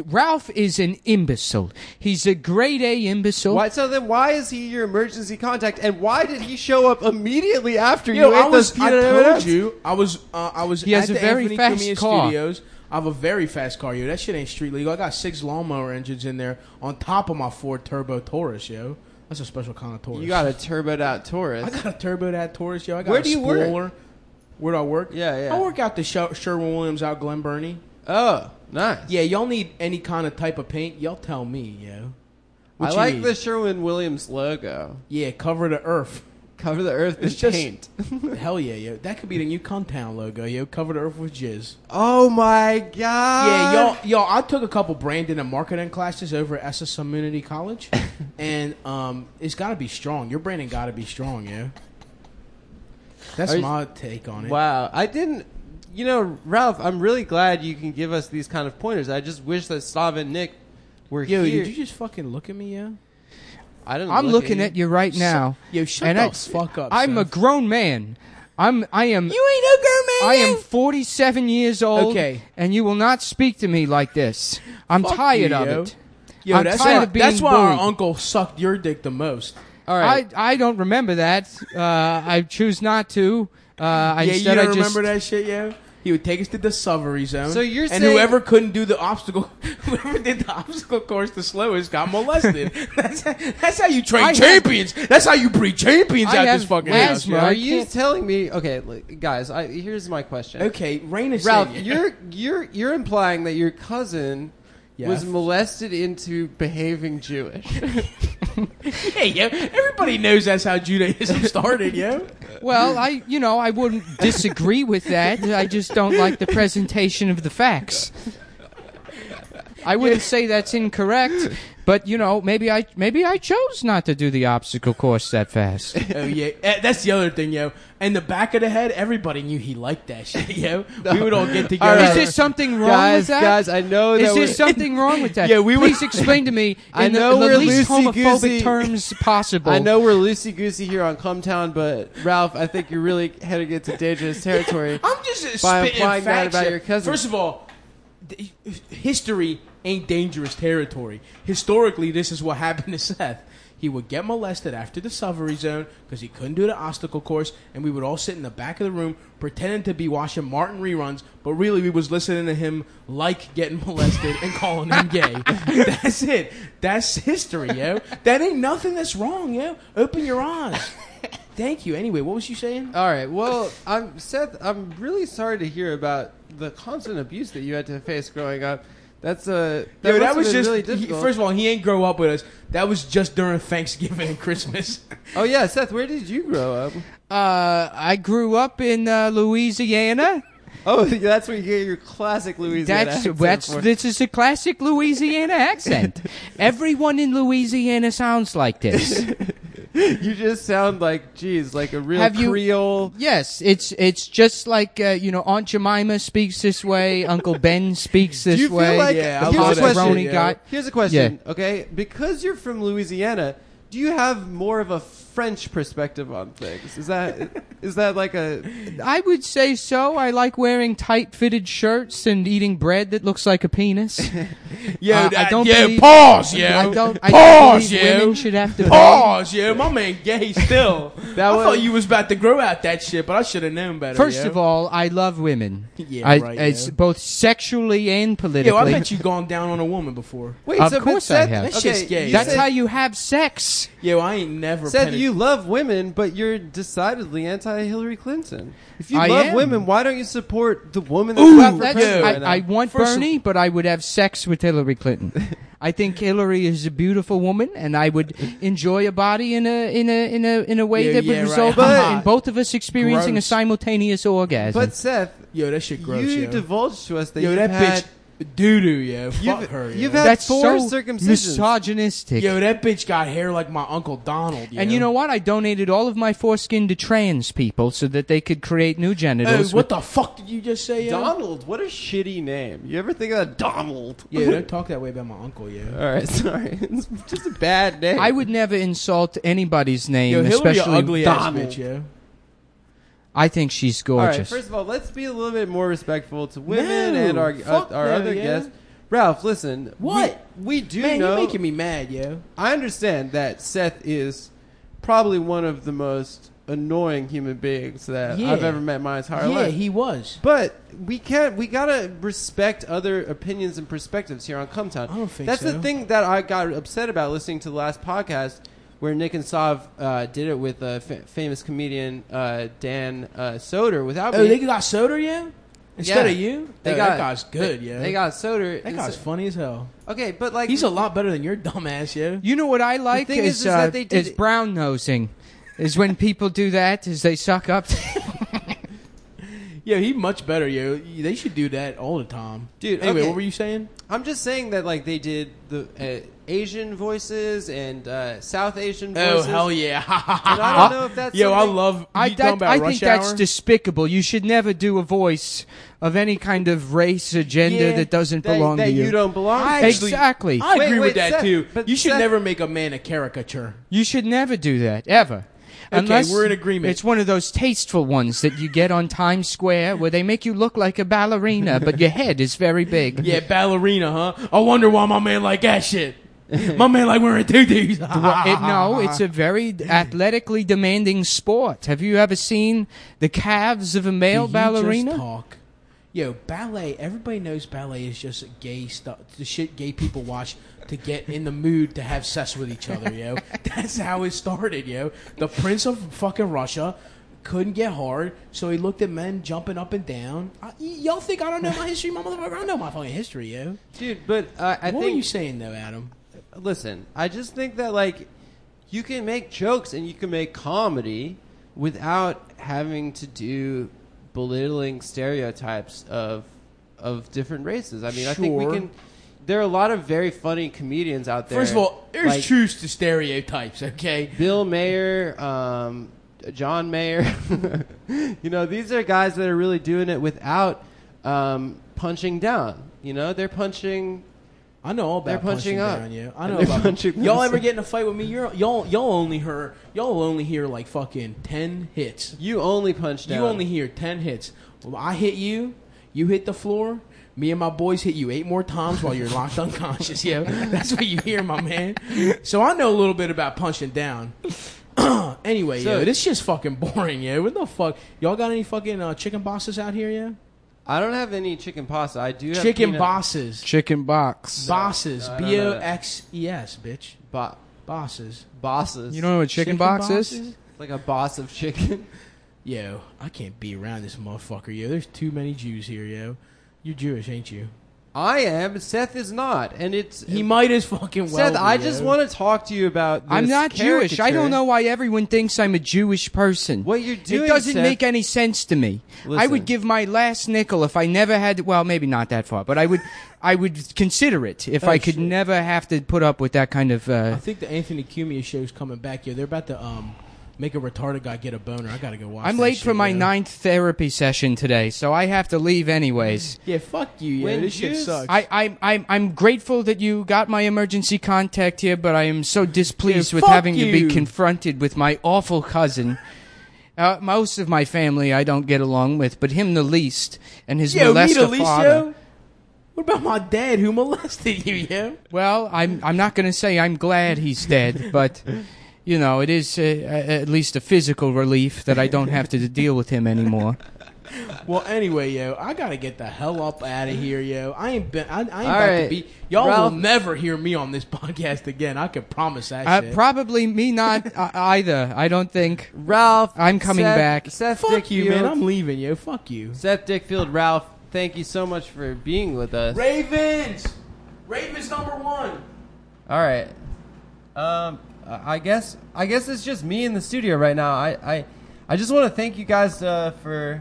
S1: Ralph is an imbecile. He's a grade A imbecile.
S2: Why, so then, why is he your emergency contact, and why did he show up immediately after
S3: Yo,
S2: you
S3: I
S2: ate those
S3: was. I
S2: peanut
S3: told
S2: M&Ms?
S3: you, I was. Uh, I was.
S1: He has
S3: at
S1: a
S3: the
S1: very
S3: Anthony
S1: fast
S3: Cumia
S1: car.
S3: Studios. I have a very fast car, yo. That shit ain't street legal. I got six lawnmower engines in there on top of my Ford Turbo Taurus, yo. That's a special kind of Taurus.
S2: You got a turboed out
S3: I
S2: Taurus.
S3: got a turbo that Taurus, yo. I got
S2: Where
S3: a
S2: do you work?
S3: spoiler. Where do I work?
S2: Yeah, yeah.
S3: I work out the Sh- Sherwin Williams out Glen Burnie.
S2: Oh, nice.
S3: Yeah, y'all need any kind of type of paint? Y'all tell me, yo. What
S2: I
S3: you
S2: like
S3: need?
S2: the Sherwin Williams logo.
S3: Yeah, cover the earth.
S2: Cover the earth with
S3: It's just-
S2: paint.
S3: Hell yeah, yo. That could be the new Cuntown logo, yo. Cover the earth with jizz.
S2: Oh my god!
S3: Yeah, y'all, y'all. I took a couple branding and marketing classes over at Essex Community College, and um, it's got to be strong. Your branding got to be strong, yeah. That's
S2: Are you-
S3: my take on it.
S2: Wow, I didn't. You know, Ralph, I'm really glad you can give us these kind of pointers. I just wish that Stav and Nick were
S3: Yo,
S2: here.
S3: did you just fucking look at me, yeah?
S2: I didn't.
S1: I'm
S2: look
S1: looking at
S2: you.
S1: you right now.
S3: Yo, shut
S1: and
S3: the
S1: I-
S3: fuck up.
S1: I'm a
S3: Seth.
S1: grown man. I'm I am
S3: you ain't no grown
S1: I am 47 years old.
S3: Okay.
S1: And you will not speak to me like this. I'm
S3: Fuck
S1: tired
S3: you,
S1: of
S3: yo.
S1: it.
S3: Yo,
S1: I'm
S3: that's
S1: tired
S3: why,
S1: of being
S3: that's why
S1: bullied.
S3: our uncle sucked your dick the most. All right.
S1: I, I don't remember that. Uh, I choose not to. Uh, I
S3: yeah, you
S1: instead
S3: don't
S1: I just
S3: remember that shit, yo? He would take us to the Savory Zone.
S2: So you're
S3: and
S2: saying-
S3: whoever couldn't do the obstacle, whoever did the obstacle course the slowest got molested. that's, that's how you train
S1: I have-
S3: champions. that's how you breed champions
S1: I
S3: out
S1: have
S3: this fucking house.
S1: asthma.
S3: yo.
S2: Are
S1: I
S2: you
S1: can't-
S2: telling me? Okay, look, guys. I, here's my question.
S3: Okay, rain is
S2: Ralph,
S3: saying-
S2: you're you're you're implying that your cousin
S3: Yeah.
S2: was molested into behaving Jewish.
S3: Hey, yo, everybody knows that's how Judaism started, yo.
S1: Well, I, you know, I wouldn't disagree with that. I just don't like the presentation of the facts. I wouldn't say that's incorrect, but you know, maybe I maybe I chose not to do the obstacle course that fast.
S3: Oh yeah, Eh, that's the other thing, yo. And the back of the head, everybody knew he liked that shit, yo. We would all get together.
S2: All
S1: Is
S2: right.
S1: there something wrong
S2: guys,
S1: with that?
S2: guys, I know
S1: Is there
S2: that we're,
S1: something wrong with that?
S2: Yeah, we were-
S1: Please explain to me in
S2: I
S1: the,
S2: know
S1: in the
S2: we're
S1: least homophobic
S2: loosey-goosey.
S1: terms possible.
S2: I know we're loosey goosey here on Cumtown, but Ralph, I think you're really heading into dangerous territory.
S3: I'm just
S2: By
S3: spitting
S2: implying
S3: facts
S2: that about
S3: here.
S2: your cousin.
S3: First of all, th- history ain't dangerous territory. Historically, this is what happened to Seth. He would get molested after the Savory Zone because he couldn't do the obstacle course, and we would all sit in the back of the room pretending to be watching Martin reruns, but really we was listening to him like getting molested and calling him gay. That's it. That's history, yo. That ain't nothing that's wrong, yo. Open your eyes. Thank you. Anyway, what was you saying?
S2: All right. Well, I'm Seth. I'm really sorry to hear about the constant abuse that you had to face growing up. That's a that,
S3: Yo,
S2: must
S3: that
S2: have
S3: was
S2: been
S3: just
S2: really
S3: he-
S2: difficult.
S3: first of all, he ain't grow up with us. That was just during Thanksgiving and Christmas.
S2: oh yeah, Seth. Where did you grow up?
S1: Uh, I grew up in uh, Louisiana.
S2: Oh, that's where you get your classic Louisiana.
S1: That's
S2: accent
S1: that's
S2: from.
S1: this is a classic Louisiana accent. Everyone in Louisiana sounds like this.
S2: You just sound like, geez, like a real
S1: Have you-
S2: Creole.
S1: yes, it's it's just like uh, you know Aunt Jemima speaks this way, Uncle Ben speaks this
S2: Do you feel
S1: way.
S2: like?
S3: yeah, I
S2: here's
S3: love
S2: a
S3: that
S2: question.
S3: shit, yeah.
S1: guy.
S2: Here's a question. Okay, because you're from Louisiana, do you have more of a French perspective on things? Is that is that like a?
S1: I would say so. I like wearing tight fitted shirts and eating bread that looks like a penis.
S3: Yo,
S1: Uh, I
S3: that,
S1: don't
S3: yo,
S1: believe-
S3: pause, yo.
S1: I don't. I don't
S3: pause, yo.
S1: believe women should have to. pay.
S3: pause, yo. My man gay still.
S2: That
S3: I
S2: was-
S3: thought you was about to grow out that shit, but I should have known better.
S1: First
S3: yo.
S1: of all, I love women.
S3: Yeah,
S1: I,
S3: right,
S1: It's
S3: yeah.
S1: both sexually and politically.
S3: yo, I bet you gone down on a woman before.
S2: Wait,
S1: Of
S2: so, but
S1: course I
S2: Seth-
S1: have.
S3: That
S2: okay,
S3: shit's gay.
S2: you
S1: That's
S2: said-
S1: how you have sex.
S3: Yo, I ain't never.
S2: Seth,
S3: penet-
S2: you love women, but you're decidedly anti-Hillary Clinton. If you
S1: I
S2: love
S1: am.
S2: women, why don't you support the woman that's
S3: Ooh,
S2: not for
S1: That's-
S2: president right now?
S1: I, I want
S3: First of-
S1: Bernie, but I would have sex with Hillary Clinton. I think Hillary is a beautiful woman, and I would enjoy a body in a in a in a in a way
S3: Yeah,
S1: that would
S3: yeah, right.
S1: result
S2: But-
S1: in both of us experiencing
S3: Gross.
S1: a simultaneous orgasm.
S2: but Seth,
S3: yo, that shit gross.
S2: you
S3: yo.
S2: divulged to us that
S3: yo,
S2: you've
S3: that
S2: had,
S3: bitch doo doo, yo. Fuck
S2: You've-
S3: her.
S2: you've
S3: yo.
S2: had
S1: that's
S2: four
S1: so
S2: circumcisions.
S1: misogynistic.
S3: yo, that bitch got hair like my uncle Donald. Yo.
S1: and you know what? I donated all of my foreskin to trans people so that they could create new
S3: Hey,
S1: genitals.
S3: what the fuck did you just say, yo?
S2: Donald. What a shitty name. You ever think of Donald?
S3: Yeah, don't talk that way about my uncle, yo.
S2: All right, sorry. It's just a bad name.
S1: with- I would never insult anybody's name,
S3: Yo, Hillary,
S1: especially.
S3: ugly ass
S2: Donald.
S3: bitch, yo.
S1: I think she's
S2: All
S1: gorgeous.
S2: right, first of all, let's be a little bit more respectful to women
S3: No,
S2: and our uh,
S3: fuck
S2: our
S3: no,
S2: other
S3: yeah.
S2: guests. Ralph, listen.
S3: What?
S2: We, we do
S3: Man,
S2: know.
S3: you're making me mad, yo.
S2: I understand that Seth is probably one of the most annoying human beings that
S3: Yeah.
S2: I've ever met in my entire
S3: yeah,
S2: life.
S3: he was.
S2: But we can't. We gotta respect other opinions and perspectives here on Cumtown.
S3: I don't think
S2: That's
S3: so.
S2: the thing that I got upset about listening to the last podcast where Nick and Sav uh, did it with uh, fa- famous comedian uh, Dan uh, Soder without
S3: Oh,
S2: me.
S3: they got Soder, yo? Instead
S2: Yeah.
S3: of you?
S2: They
S3: Yo,
S2: got-
S3: that guy's good, yo.
S2: They got Soder.
S3: that
S2: and
S3: guy's
S2: so-
S3: funny as hell.
S2: okay, but like
S3: He's a lot better than your dumbass, yo.
S1: You know what I like
S2: thing
S1: is,
S2: is- is that
S1: uh,
S2: they did
S1: is
S2: it-
S1: brown nosing. is when people do that is they suck up.
S3: Yo, he much better, yo. They should do that all the time.
S2: Dude,
S3: anyway,
S2: okay.
S3: what were you saying?
S2: I'm just saying that like they did the uh, Asian voices and uh, South Asian
S3: Oh,
S2: voices.
S3: hell yeah.
S2: I don't know if that's
S3: Yo, I
S2: something-
S3: love.
S1: I,
S3: you talking
S1: that-
S3: about
S1: I
S3: rush
S1: think that's
S3: hour?
S1: despicable. You should never do a voice of any kind of race or gender
S2: Yeah,
S1: that doesn't belong
S2: that
S1: to you.
S2: you don't belong.
S3: I
S2: to.
S3: actually-
S1: exactly.
S3: I
S2: Wait,
S3: agree
S2: wait,
S3: with that
S2: Seth,
S3: too.
S2: but
S3: You should
S2: Seth-
S3: never make a man a caricature.
S1: you should never do that ever. Unless
S3: we're in agreement.
S1: It's one of those tasteful ones that you get on Times Square where they make you look like a ballerina, but your head is very big.
S3: Yeah, ballerina, huh? I wonder why my man like that shit. My man like wearing tutus.
S1: It- no, it's a very athletically demanding sport. Have you ever seen the calves of a male
S3: Did you
S1: ballerina?
S3: Just talk. Yo, ballet. Everybody knows ballet is just gay stuff. The shit gay people watch to get in the mood to have sex with each other. Yo, that's how it started. Yo, the prince of fucking Russia couldn't get hard, so he looked at men jumping up and down. I, y- y'all think I don't know my history, my motherfucker? I know my fucking history, yo.
S2: dude. But uh, I
S3: what were
S2: think
S3: you saying though, Adam?
S2: listen, I just think that like you can make jokes and you can make comedy without having to do belittling stereotypes of of different races. I mean, I think we
S3: Sure.
S2: can. There are a lot of very funny comedians out there.
S3: First of all, there's
S2: like
S3: truth to stereotypes. Okay,
S2: Bill Mayer, um, John Mayer. you know, these are guys that are really doing it without um, punching down. You know, they're punching
S3: I know all about
S2: They're punching
S3: punching,
S2: up.
S3: down, yeah. I know
S2: They're
S3: about
S2: punching
S3: Y'all
S2: up.
S3: ever get in a fight with me? You're, y'all y'all only hear y'all only hear like fucking ten hits.
S2: you only punch down.
S3: You only hear ten hits. Well, I hit you, you hit the floor. Me and my boys hit you eight more times while you're locked unconscious. Yeah, that's what you hear, my man. So I know a little bit about punching down. anyway,
S2: So-
S3: yo, this shit's fucking boring, yo. What the fuck? Y'all got any fucking uh, chicken bosses out here, yeah?
S2: I don't have any chicken pasta. I do have
S3: Chicken
S2: peanut-
S3: bosses,
S1: Chicken box.
S3: bosses,
S2: no, I don't
S3: B
S2: know
S3: O
S2: that.
S3: X E S, bitch,
S2: Bo-
S3: bosses.
S2: bosses.
S1: You know what chicken, box is?
S2: It's like a boss of chicken.
S3: Yo, I can't be around this motherfucker, yo. There's too many Jews here, yo. You're Jewish, ain't you?
S2: I am. Seth is not, and it's
S3: He might as fucking well.
S2: Seth.
S3: be,
S2: I just
S3: yo.
S2: want to talk to you about. This
S1: I'm not Jewish. I don't
S2: caricature.
S1: know why everyone thinks I'm a Jewish person.
S2: What you're doing,
S1: It doesn't
S2: Seth-
S1: make any sense to me. I
S2: Listen.
S1: would give my last nickel if I never had well, maybe not that far, but I would I would consider it if I could
S3: shit.
S1: never have to put up with that kind of uh,
S3: I think the Anthony Cumia show's coming back, yo. They're about to um make a retarded guy get a boner. I gotta go watch.
S1: I'm
S3: that
S1: late
S3: shit,
S1: for my
S3: yo.
S1: ninth therapy session today, so I have to leave anyways.
S3: Yeah, fuck you, yo.
S2: When
S3: this shit
S2: Jews-
S3: sucks.
S1: I, I'm, I'm, I'm grateful that you got my emergency contact here, but I am so displeased
S3: Yeah,
S1: with
S3: fuck
S1: having to
S3: you.
S1: be confronted with my awful cousin. Uh, most of my family I don't get along with, but him the least, and his
S3: yo, me
S1: molester
S3: the least,
S1: father.
S3: yo. What about my dad who molested you, yo?
S1: Well, I'm, I'm not going to say I'm glad he's dead, but you know it is uh, a- at least a physical relief that I don't have to deal with him anymore. Uh,
S3: Well, anyway, yo, I gotta get the hell up out of here, yo. I ain't been, I, I ain't
S2: All
S3: about to
S2: right.
S3: be. Y'all
S2: Ralph-
S3: will never hear me on this podcast again. I can promise that.
S1: Uh,
S3: shit.
S1: probably me not uh, either. I don't think.
S2: Ralph.
S1: I'm coming
S2: Seth-
S1: back.
S2: Seth
S3: Fuck
S2: Dickfield.
S3: you, man. I'm leaving, yo. Fuck you.
S2: Seth Dickfield. Ralph. Thank you so much for being with us.
S3: Ravens! Ravens number one.
S2: All right. Um, I I guess I guess it's just me in the studio right now. I I, I just want to thank you guys uh, for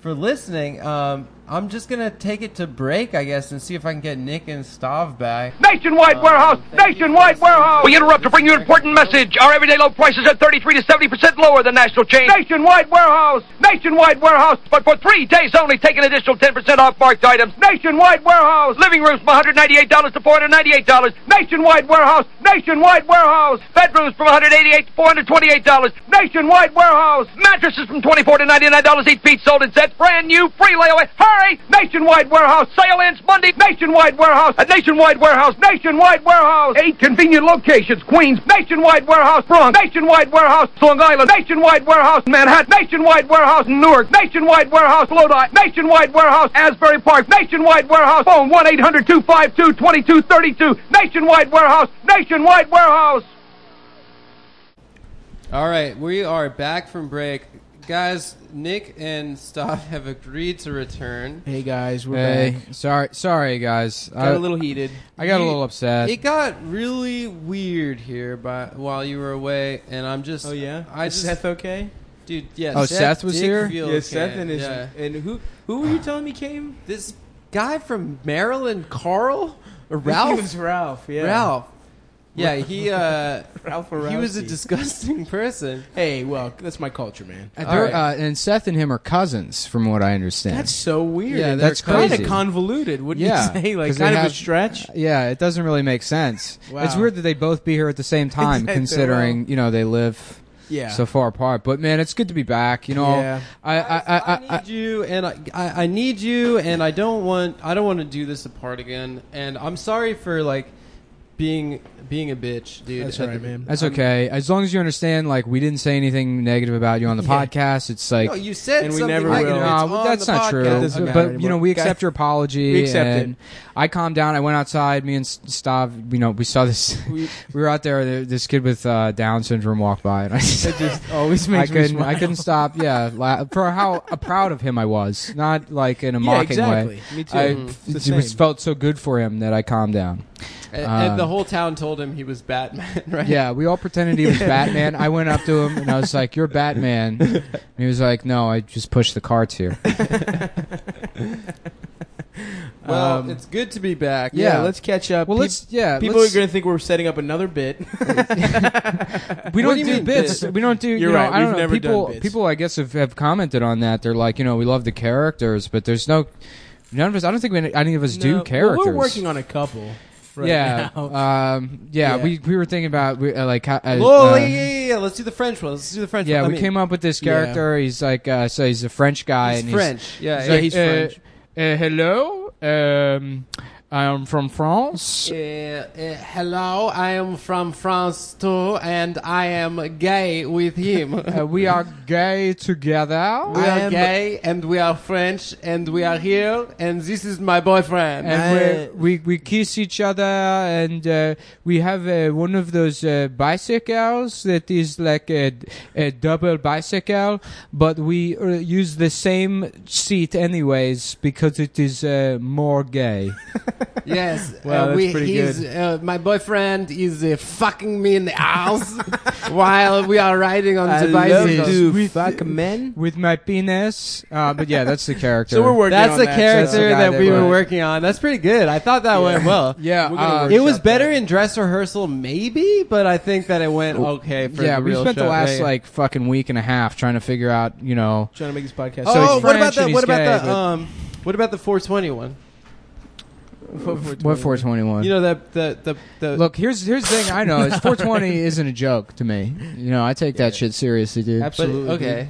S2: for listening. Um, I'm just gonna take it to break, I guess, and see if I can get Nick and Stav back.
S5: Nationwide warehouse!
S2: Oh, thank you.
S5: Nationwide warehouse! We interrupt to bring you an important message. Our everyday low prices are 33 to 70% lower than national chain. Nationwide warehouse! Nationwide warehouse! But for three days only, take an additional 10% off marked items. Nationwide warehouse! Living rooms from $198 to $498. Nationwide warehouse! Nationwide warehouse! Bedrooms from $188 to $428. Nationwide warehouse! Mattresses from 24 to $99 each piece sold in sets. Brand new, free layaway. Hurry! Nationwide warehouse! Sale ends Monday. Nationwide warehouse! A nationwide warehouse! Nationwide warehouse! Eight convenient locations. Queens. Nationwide warehouse. Bronx. Nationwide warehouse. Long Island. Nationwide warehouse. Manhattan. Nationwide warehouse. Newark. Nationwide warehouse. Lodi. Nationwide warehouse. Asbury Park. Nationwide warehouse. Phone 1-800-252-2232. Nationwide warehouse. Nationwide warehouse.
S2: All right, we are back from break, guys. Nick and Stav have agreed to return.
S3: Hey guys, we're
S1: Hey,
S3: back.
S1: Uh, sorry, sorry guys.
S3: Got
S1: I-
S3: a little heated.
S1: I got a
S2: You-
S1: little upset.
S2: It got really weird here, by while you were away, and I'm just.
S3: Oh yeah.
S2: I
S3: Is
S2: just
S3: Seth okay?
S2: dude. Yeah.
S1: Oh, Seth was here?
S2: Dickfield
S3: Yeah, Seth
S2: came,
S3: and his
S2: yeah.
S3: and who who were you telling me came?
S2: this guy from Maryland, Carl or
S3: He
S2: Ralph.
S3: was Ralph. Yeah.
S2: Ralph. Yeah, he uh,
S3: Ralph or
S2: he was a
S3: Rousey.
S2: disgusting person.
S3: Hey, well, that's my culture, man.
S1: Uh,
S2: All
S1: they're,
S2: right.
S1: uh, and Seth and him are cousins, from what I understand.
S3: That's so weird.
S2: Yeah,
S3: And
S2: they're
S3: that's kind of
S2: crazy.
S3: convoluted, wouldn't
S1: Yeah,
S3: you say? Like
S1: 'cause they
S3: kind of
S1: have-
S3: a stretch.
S1: yeah, it doesn't really make sense.
S3: Wow.
S1: It's weird that they both be here at the same time,
S3: Yeah, they're
S1: considering you know they live
S3: Yeah.
S1: so far apart. But man, it's good to be back. You know,
S3: Yeah.
S1: I, I, I,
S2: I,
S1: I,
S2: need you, and I, I, I need you, and I don't want I don't want to do this apart again. And I'm sorry for like being being a bitch, dude.
S3: That's
S2: at
S3: right,
S2: the-
S3: man.
S1: that's okay. As long as you understand, like we didn't say anything negative about you on the podcast. It's like
S2: No, you said
S3: And we
S2: something
S3: never
S2: like
S3: will.
S2: it's
S1: No,
S2: on
S1: that's
S2: the
S1: not
S2: podcast.
S1: true.
S3: doesn't matter
S1: but you
S3: anymore.
S1: know, we
S3: Guys,
S1: accept your apology.
S3: we accept
S1: and
S3: it.
S1: I calmed down. I went outside. Me and S- Stav, you know, we saw this. We, were out there. th- This kid with uh, Down syndrome walked by, and I just
S3: Always
S1: I
S3: makes me
S1: couldn't.
S3: smile.
S1: I couldn't stop. Yeah, la- for how uh, proud of him I was. Not like in a
S3: Yeah,
S1: mocking
S3: exactly.
S1: way.
S3: Me too.
S1: I it
S3: Mm. It's the
S1: was-
S3: same.
S1: felt so good for him that I calmed down.
S2: And, and the
S1: Um,
S2: whole town told him he was Batman, right?
S1: Yeah, we all pretended he was Batman. I went up to him and I was like, "You're Batman," and he was like, "No, I just pushed the carts here."
S2: Well,
S3: Um,
S2: it's good to be back.
S1: Yeah.
S3: Yeah, let's catch up.
S1: Well,
S3: Peop-
S1: let's yeah.
S3: People
S1: let's-
S3: are going to think we're setting up another bit.
S1: We
S2: What
S1: don't
S2: do
S1: do
S2: you mean
S1: bits.
S2: bits?
S1: We don't do. you
S3: You're
S1: know,
S3: right,
S1: I don't
S3: we've
S1: know.
S3: never done
S1: people,
S3: bits.
S1: people, I guess, have, have commented on that. They're like, you know, we love the characters, but there's no. None of us. I don't think we, any of us do
S3: No,
S1: characters.
S3: Well, we're working on a couple. Right
S1: yeah,
S3: Now.
S1: um, yeah,
S3: Yeah.
S1: We we were thinking about we, uh, like. how- Uh,
S2: Well,
S3: Oh,
S1: uh,
S2: yeah, yeah, yeah, yeah. Let's do the French one. Let's do the French
S1: yeah,
S2: one.
S1: we came up with this character. He's like, uh, so he's a French guy.
S2: He's
S1: and
S2: French. Yeah,
S1: he's
S2: yeah,
S1: like,
S2: he's
S1: uh,
S2: French.
S1: uh, hello, um, I'm from France.
S2: Uh, hello, I am from France too, and I am gay with him.
S1: Uh, we are gay together.
S2: we
S3: I
S2: are
S3: am-
S2: gay, and we are French, and we are here, and this is my boyfriend.
S1: and
S3: I-
S1: we, we we kiss each other and uh, we have uh, one of those uh, bicycles that is like a, a double bicycle but we uh, use the same seat anyways because it is uh, more gay
S2: yes,
S3: Wow,
S2: uh,
S3: that's
S2: we,
S3: pretty
S2: he's, Uh, my boyfriend is uh, fucking me in the house while we are riding on the bicycle.
S3: fuck men.
S1: with my penis uh, but yeah that's the character
S3: So we're working
S2: That's
S3: on
S2: the
S3: that.
S2: character
S1: the guy
S2: that,
S1: that
S2: we were
S1: wrote it.
S2: working on. That's pretty good. I thought that went well.
S1: yeah
S3: We're gonna
S1: uh,
S3: work-
S2: It was
S3: Shot
S2: better in dress rehearsal, maybe, but I think that it went okay for
S1: yeah
S2: the
S1: we
S2: real
S1: spent the
S2: show.
S1: last
S2: Yeah, yeah.
S1: like fucking week and a half trying to figure out you know
S3: Trying to make this podcast.
S1: so
S2: oh,
S1: he's
S2: what about
S1: French and
S2: the
S1: he's
S2: what about
S1: gay,
S2: the
S1: but-
S2: um what about the 420 one?
S1: what 421
S2: You know that the the the
S1: Look, here's here's the thing I know is 420 isn't a joke to me. You know, I take that shit seriously, dude.
S2: but,
S3: absolutely.
S2: okay.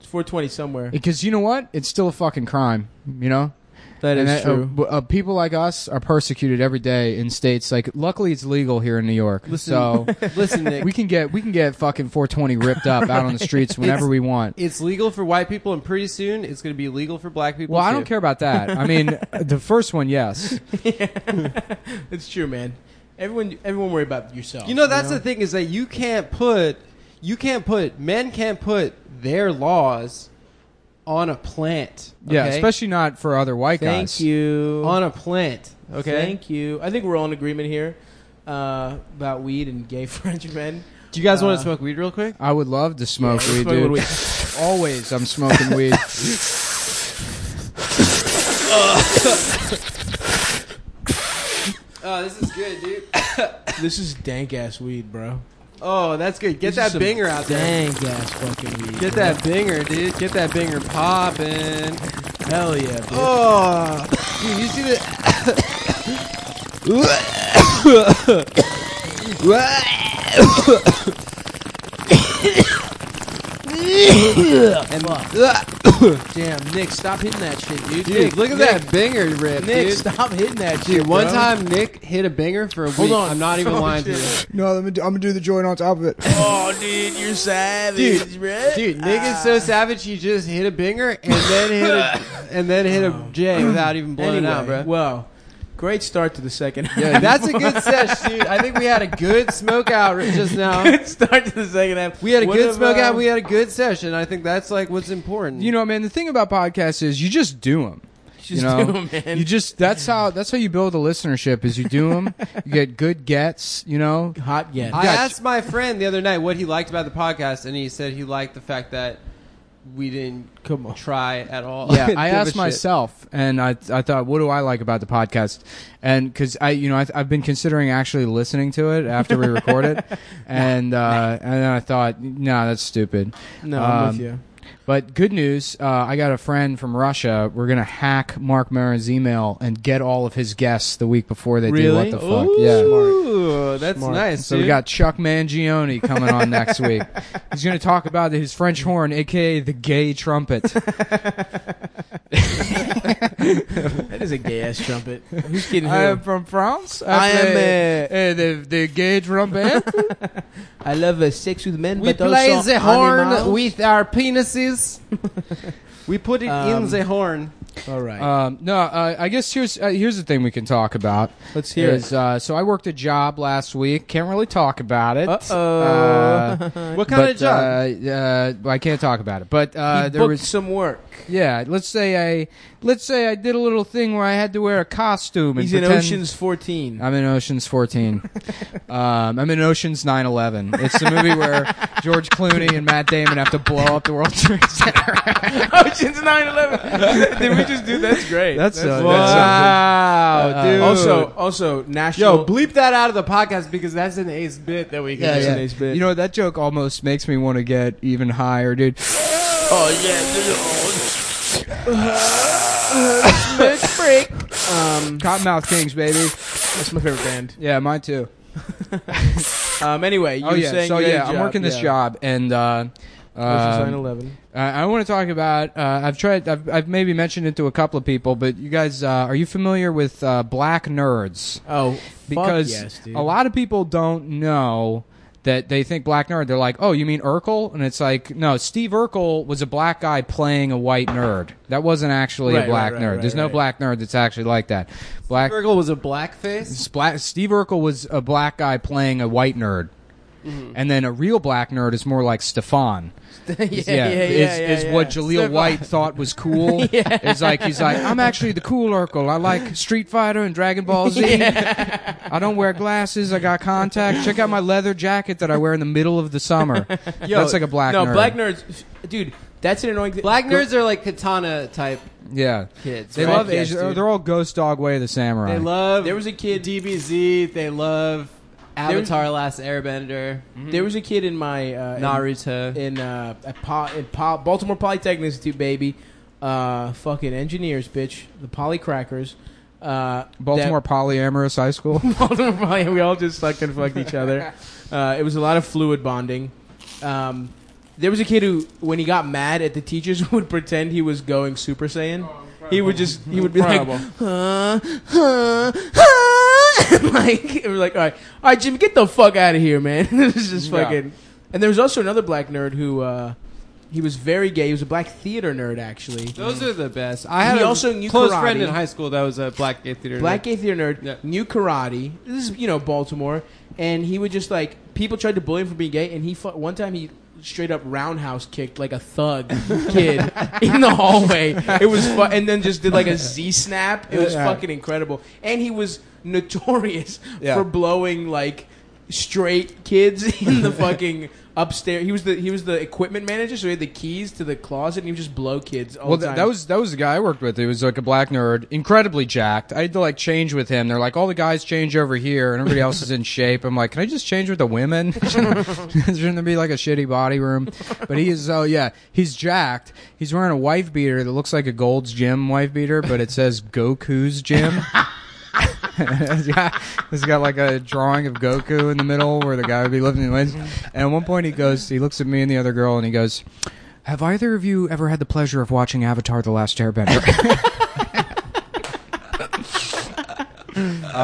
S3: It's 420 somewhere.
S1: Because you know what? It's still a fucking crime. You know.
S3: That
S1: and
S3: is
S1: that, uh, w- uh, people like us are persecuted every day in states like. Luckily, it's legal here in New York, so
S2: Listen, Nick,
S1: we can get we can get fucking 420 ripped up out on the streets whenever we want.
S2: it's legal for white people, and pretty soon it's going to be legal for black people.
S1: Well, I
S2: too.
S1: don't care about that. I mean, the first one, yes.
S3: it's true, man. Everyone, everyone worry about yourself.
S2: You know, that's the thing is that you can't put you can't put men can't put their laws on a plant.
S1: Yeah,
S2: okay?
S1: especially not for other white
S3: Thank
S1: guys.
S3: you.
S2: on a plant. Okay.
S3: Thank you. I think we're all in agreement here uh, about weed and gay French men.
S2: Do you guys want
S3: Uh,
S2: to smoke weed real quick?
S1: I would love to smoke
S3: Yeah,
S1: weed,
S3: smoke
S1: dude.
S3: weed.
S1: Always, I'm smoking weed.
S2: Oh, this is good, dude.
S3: This is dank ass weed, bro.
S2: Oh, that's good. Get
S3: This
S2: that
S3: is some
S2: binger out there.
S3: Dank ass fucking weed.
S2: Get
S3: bro.
S2: that binger, dude. Get that binger popping.
S3: Hell yeah, dude.
S2: Oh, dude, you see the.
S3: Damn, Nick, stop hitting that shit, dude.
S2: Dude,
S3: Nick,
S2: look at
S3: Nick,
S2: that binger rip,
S3: Nick,
S2: dude.
S3: stop hitting that shit.
S2: Dude, one
S3: bro.
S2: time Nick hit a binger for a week.
S3: Hold on.
S2: I'm not even
S3: Oh,
S2: lying to you.
S3: shit.
S1: no, I'm gonna, do, I'm gonna do the joint on top of it.
S3: Oh, dude, you're savage,
S2: Dude,
S3: bro.
S2: Dude, Nick is so savage. He just hit a binger and then hit a, and then hit a J without even blowing
S3: Oh. Anyway,
S2: it out, bro.
S3: Well, great start to the second.
S2: Yeah, that's a good sesh, dude. I think we had a good smoke out r- just now.
S3: good start to the second half.
S2: We had a
S3: What
S2: good
S3: if,
S2: smoke out.
S3: um,
S2: We had a good session. I think that's like what's important.
S1: You know, man, the thing about podcasts is you just do them.
S3: Just
S1: you know,
S3: do 'em, man.
S1: you just that's how that's how you build a listenership is you do them, you get good gets, you know.
S3: hot yet.
S2: I
S1: Yeah.
S2: asked my friend the other night what he liked about the podcast, and he said he liked the fact that we didn't
S3: Come on.
S2: try at all.
S1: Yeah,
S2: Give
S1: I
S2: a
S1: asked
S2: shit.
S1: myself, and I I thought, what do I like about the podcast? And because I, you know, I, I've been considering actually listening to it after we record it, and uh, and then I thought, no, that's stupid.
S3: no, I'm
S1: Um,
S3: with you.
S1: But good news, uh, I got a friend from Russia. We're gonna hack Mark Maron's email and get all of his guests the week before they do what the fuck.
S2: Ooh,
S1: yeah.
S2: that's nice.
S1: So we
S2: dude.
S1: got Chuck Mangione coming on next week. He's going to talk about his French horn, aka the gay
S3: Uh,
S1: trumpet.
S3: That is a gay ass trumpet. Who's kidding who?
S1: I am from France.
S3: I am
S1: play,
S3: a-
S1: uh, the the gay trumpet.
S3: I love uh, sex with men,
S2: We
S3: but
S2: play
S3: also
S2: the horn
S3: animals.
S2: with our penises. we put it
S3: Um,
S2: in the horn.
S3: All right,
S1: um, no, uh, I guess here's uh, here's the thing we can talk about.
S3: let's hear
S1: Is,
S3: it.
S1: uh, so I worked a job last week. Can't really talk about it.
S3: Uh, Uh-oh.
S1: Uh,
S2: What kind
S1: but,
S2: of job?
S1: Uh, uh, I can't talk about it. But uh,
S3: He
S1: there
S3: booked
S1: was
S3: some work.
S1: yeah. Let's say I let's say I did a little thing where I had to wear a costume.
S3: He's
S1: and
S3: in
S1: pretend-
S3: Ocean's 14.
S1: I'm in Ocean's 14. um, I'm in Ocean's 9/11. It's the movie where George Clooney and Matt Damon have to blow up the World Trade Center.
S3: Ocean's 9/11. Did we just do? That's great.
S1: That's, uh,
S3: good.
S1: that's Uh,
S2: wow, dude.
S3: also also national.
S2: yo, bleep that out of the podcast because that's an ace bit that we can
S3: Yeah,
S2: use.
S3: yeah. Nice bit.
S1: You know that joke almost makes me want to get even higher, dude.
S2: Oh,
S3: break. Um,
S1: Cottonmouth Kings, baby.
S3: that's my favorite band.
S1: Yeah, mine too.
S3: Um, anyway, you
S1: oh
S3: were
S1: yeah.
S3: saying
S1: So
S3: you had a
S1: yeah, I'm
S3: job.
S1: working this
S3: Yeah.
S1: job and. Uh,
S3: Ocean's
S1: um,
S3: 9/11.
S1: Uh, I want to talk about. Uh, I've tried. I've, I've maybe mentioned it to a couple of people, but you guys, uh, are you familiar with uh, black nerds?
S3: Oh,
S1: because
S3: fuck yes, dude.
S1: a lot of people don't know that they think black nerd. They're like, oh, you mean Urkel? And it's like, no, Steve Urkel was a black guy playing a white nerd. That wasn't actually a
S3: Right,
S1: black
S3: right, right,
S1: nerd.
S3: right,
S1: There's no
S3: right.
S1: black nerd that's actually like that. Black
S2: Urkel was a blackface.
S1: Spla- Steve Urkel was a black guy playing a white nerd.
S3: Mm-hmm.
S1: And then a real black nerd is more like Stefan. yeah,
S3: yeah,
S1: is,
S3: yeah,
S1: is
S3: yeah.
S1: what Jaleel
S3: Stefan.
S1: White thought was cool. It's like he's like, I'm actually the cool Urkel. I like Street Fighter and Dragon Ball Z. I don't wear glasses. I got contacts. Check out my leather jacket that I wear in the middle of the summer.
S3: Yo,
S1: That's like a black
S3: no,
S1: nerd.
S3: black nerds, dude. That's an annoying thing.
S2: Black
S3: Go-
S2: nerds are like katana type
S1: Yeah,
S2: kids.
S1: they
S2: right?
S1: love
S3: Yes,
S1: Asian.
S3: dude.
S1: They're all Ghost Dog Way of the Samurai.
S2: They love.
S3: There was a kid.
S2: DBZ. They love Avatar: Last Airbender,
S3: Mm-hmm. There was a kid in my uh, in-
S2: Naruto.
S3: in uh, at po- in po- Baltimore Polytechnic Institute, baby. Uh, fucking engineers, bitch. The polycrackers. Uh,
S1: Baltimore
S3: that-
S1: Polyamorous High School.
S3: Baltimore Poly. We all just fucking fucked each other. Uh, it was a lot of fluid bonding. Um, there was a kid who, when he got mad at the teachers, would pretend he was going Super Saiyan. he would just he would be like, huh, huh, huh, and like it was like all right, all right, Jim, get the fuck out of here, man. this is just
S1: Yeah.
S3: fucking. And there was also another black nerd who uh, he was very gay. He was a black theater nerd, actually.
S2: Those are the best. I had
S3: He
S2: a
S3: also knew
S2: close
S3: karate.
S2: friend in high school that was a black gay theater.
S3: Black
S2: nerd.
S3: gay theater nerd
S2: Yeah.
S3: knew karate. This is you know Baltimore, and he would just like people tried to bully him for being gay, and he fu- one time he straight up roundhouse kicked like a thug kid in the hallway. It was fu- and then just did like a Z snap. It was
S1: Yeah.
S3: fucking incredible, and he was notorious
S1: Yeah.
S3: for blowing like straight kids in the fucking. Upstairs, he was the he was the equipment manager, so he had the keys to the closet, and he would just blow kids all
S1: Well,
S3: the time.
S1: th- that was that was the guy I worked with. He was like a black nerd, incredibly jacked. I had to like change with him. They're like, all the guys change over here, and everybody else is in shape. I'm like, can I just change with the women? Shouldn't there be like a shitty body room? But he is. Oh yeah, he's jacked. He's wearing a wife beater that looks like a Gold's Gym wife beater, but it says Goku's Gym. it's got- it's got like a drawing of Goku in the middle where the guy would be lifting the weights. And at one point, he goes, he looks at me and the other girl, and he goes, "Have either of you ever had the pleasure of watching Avatar: The Last Airbender?"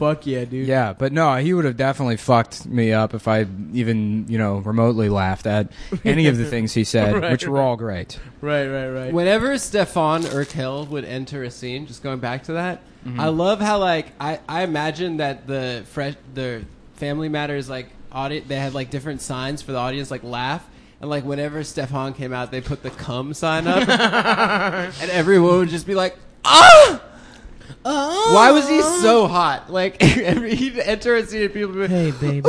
S3: fuck yeah, dude.
S1: yeah, but no, he would have definitely fucked me up if I even you know remotely laughed at any of the things he said,
S3: Right,
S1: which were all great.
S3: Right, right, right.
S2: Whenever Stefan Urkel would enter a scene, just going back to that, I love how like I, I imagine that the fresh the Family Matters like audit they had like different signs for the audience like laugh. And like whenever Stefan came out, they put the cum sign up, and everyone would just be like, "Ah!" Why was he so hot? Like every, he'd enter a scene, and people would be like,
S3: baby.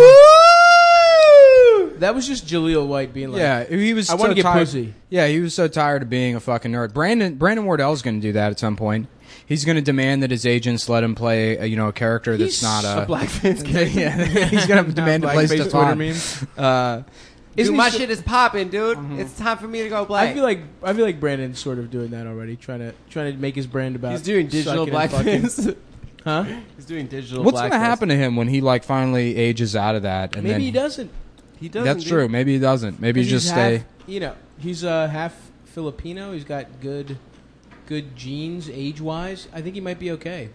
S3: That was just Jaleel White being like,
S1: Yeah, he was.
S3: I wanna
S1: so
S3: get
S1: tired-
S3: pussy.
S1: Yeah, he was so tired of being a fucking nerd. Brandon Brandon Wardell's going to do that at some point. He's going to demand that his agents let him play, a, you know, a character that's
S3: He's
S1: not
S3: a
S1: blackface. yeah, he's going to demand to play
S3: blackface
S1: Stefan.
S3: Twitter memes.
S1: Uh,
S6: Dude,
S3: Isn't he
S6: my
S3: so-
S6: shit is popping, dude.
S2: Mm-hmm.
S6: It's time for me to go black.
S3: I feel like I feel like Brandon's sort of doing that already, trying to trying to make his brand about.
S6: he's doing digital
S3: sucking and fucking.
S6: blackface.
S3: huh?
S6: he's doing digital.
S1: What's gonna
S6: blackface.
S1: happen to him when he like finally ages out of that? And then
S3: Maybe he doesn't.
S6: He doesn't.
S1: That's
S6: do-
S1: true. Maybe he doesn't. Maybe he
S3: He's
S1: just
S3: half-
S1: stay.
S3: You know, he's uh, half Filipino. He's got good good genes age wise. I think he might be okay.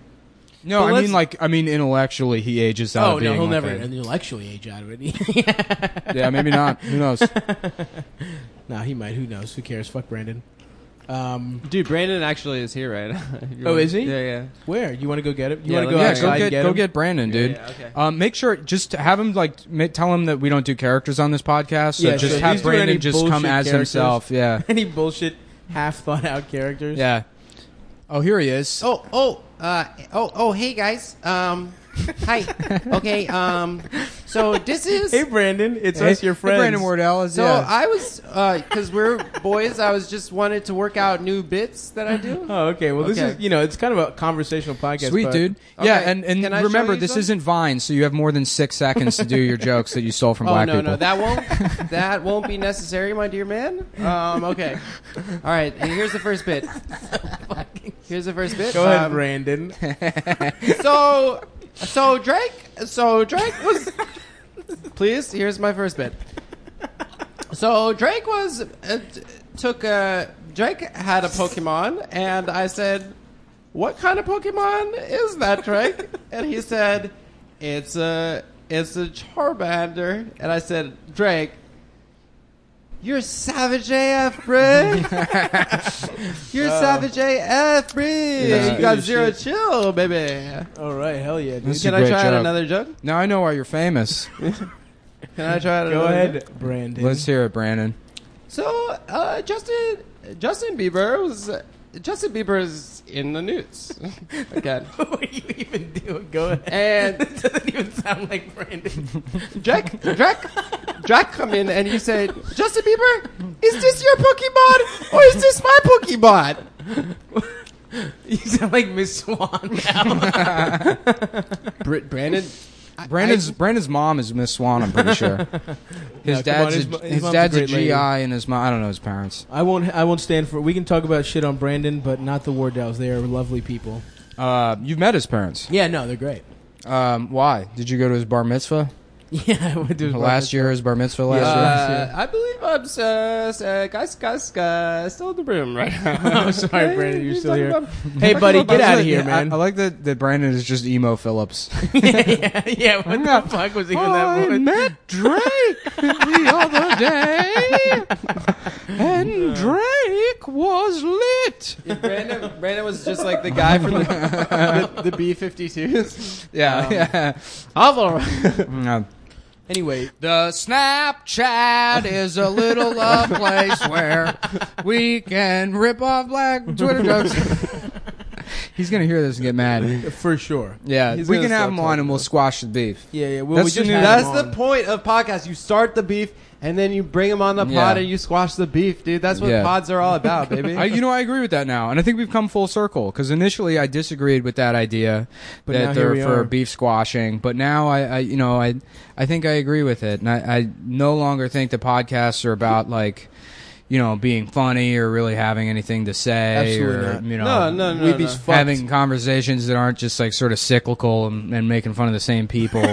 S1: No,
S6: But
S1: I mean
S6: let's-
S1: like I mean intellectually he ages out.
S3: oh
S1: of
S3: no,
S1: being
S3: he'll
S1: like
S3: never
S1: that.
S3: intellectually age out of it.
S1: Yeah, maybe not. Who knows?
S3: nah, he might. Who knows? Who cares? Fuck Brandon. Um,
S6: Dude, Brandon actually is here right now. If you
S3: Oh,
S6: want-
S3: is he?
S6: Yeah, yeah.
S3: where you want to go get it? You
S6: Yeah, let
S3: want to go
S6: me-
S1: yeah,
S3: outside
S1: go
S3: and
S1: get,
S3: get
S1: go
S3: him?
S1: get Brandon, dude.
S6: yeah, okay.
S1: um, make sure just have him like ma- tell him that we don't do characters on this podcast. So
S3: Yeah,
S1: just
S3: so
S1: have
S3: he's doing any
S1: Brandon just come
S3: bullshit
S1: as
S3: characters.
S1: himself. Yeah,
S3: Any bullshit, half thought out characters?
S1: yeah. Oh, here he is.
S2: Oh, oh, uh, oh, oh, hey guys. Um, hi. Okay. Um, so this is.
S3: Hey Brandon, it's us, your friends.
S1: Brandon Wardell is.
S2: so
S1: yeah.
S2: I was, uh, cause we're boys. I was just wanted to work out new bits that I do.
S3: Oh, okay. Well, this
S2: Okay.
S3: is you know, it's kind of a conversational podcast.
S1: Sweet
S3: but-
S1: dude.
S2: Okay,
S1: Yeah, and, and
S2: can I show
S1: remember
S2: you
S1: this
S2: some?
S1: isn't Vine, so you have more than six seconds to do your jokes that you stole from
S2: Oh
S1: black
S2: no,
S1: people.
S2: no, that won't, that won't be necessary, my dear man. Um, okay. All right. and here's the first bit. Here's the first bit.
S3: Go ahead,
S2: Um,
S3: Brandon.
S2: so so Drake so Drake was please here's my first bit so Drake was uh, t- took a Drake had a Pokemon and I said what kind of Pokemon is that Drake and he said it's a it's a Charmander and I said Drake you're savage AF, bruh. You're savage AF, bruh. you got
S3: Uh, good
S2: zero
S3: shit.
S2: chill, baby.
S3: All right, hell yeah, dude.
S1: This is
S2: Can
S1: a
S2: I
S1: great
S2: try out
S1: joke.
S2: another joke?
S1: Now I know why you're famous.
S2: Can I try out another
S3: Go
S2: joke?
S3: ahead, Brandon.
S1: Let's hear it, Brandon.
S2: So, uh, Justin Justin Bieber was Justin Bieber is in the news again,
S3: what are you even doing? Go ahead.
S2: and
S3: It doesn't even sound like Brandon.
S2: Jack Jack Jack come in and he said, Justin Bieber, is this your Pokemon or is this my Pokemon?
S3: you sound like Miss Swan now.
S2: Br- Brandon, I-
S1: Brandon's Brandon's mom is Miss Swan, I'm pretty sure. His
S3: come on,
S1: dad's
S3: his
S1: a,
S3: mo- his
S1: his,
S3: mom's a
S1: dad's a,
S3: great
S1: GI
S3: lady.
S1: and his mom I don't know his parents.
S3: I won't. I won't stand for. We can talk about shit on Brandon, but not the Wardells. They are lovely people.
S1: Uh, you've met his parents.
S3: Yeah, no, they're great.
S1: Um, why? Did you go to his bar mitzvah?
S3: Yeah, I went to his
S1: last year, his bar mitzvah last
S2: I,
S1: year?
S2: uh, I believe I'm uh, uh, guys guys uh, still in the room right now.
S3: I'm sorry, Brandon, you're
S2: He's
S3: still
S2: talking
S3: here.
S2: about-
S3: Hey, buddy, get
S1: I
S3: out
S1: like-
S3: of here,
S1: yeah, I-
S3: man.
S1: I, like that, that Brandon is just emo Phillips.
S3: yeah, yeah, what the fuck was he in that voice?
S1: met Drake the other day, and Drake was lit.
S2: Brandon, Brandon was just like the guy from the, the, the B-52s.
S3: Um,
S1: Yeah, yeah.
S3: Mm-hmm.
S1: Yeah.
S3: Anyway,
S1: The Snapchat is a little uh, place where we can rip off black Twitter jokes. He's gonna hear this and get mad.
S3: for sure.
S1: Yeah,
S2: He's
S1: we
S2: gonna
S1: can have
S2: start
S1: him on and we'll squash the beef.
S3: Yeah, yeah. Well,
S1: That's
S3: we
S1: the
S3: just
S1: new-
S3: had
S2: That's
S3: him
S2: the
S1: Mm.
S3: on.
S2: point of podcasts. You start the beef, and then you bring them on the
S1: Yeah.
S2: pod, and you squash the beef, dude. That's what
S1: Yeah.
S2: pods are all about, baby.
S1: I, you know, I agree with that now, and I think we've come full circle because initially I disagreed with that idea
S3: But now
S1: that
S3: here
S1: they're
S3: we
S1: for
S3: are.
S1: beef squashing, but now I, I, you know, I, I think I agree with it, and I, I no longer think the podcasts are about like, you know, being funny or really having anything to say
S3: Absolutely
S1: or
S3: not.
S1: you know,
S2: no, no, no,
S3: We'd be
S2: no.
S3: fucked.
S1: having conversations that aren't just like sort of cyclical and, and making fun of the same people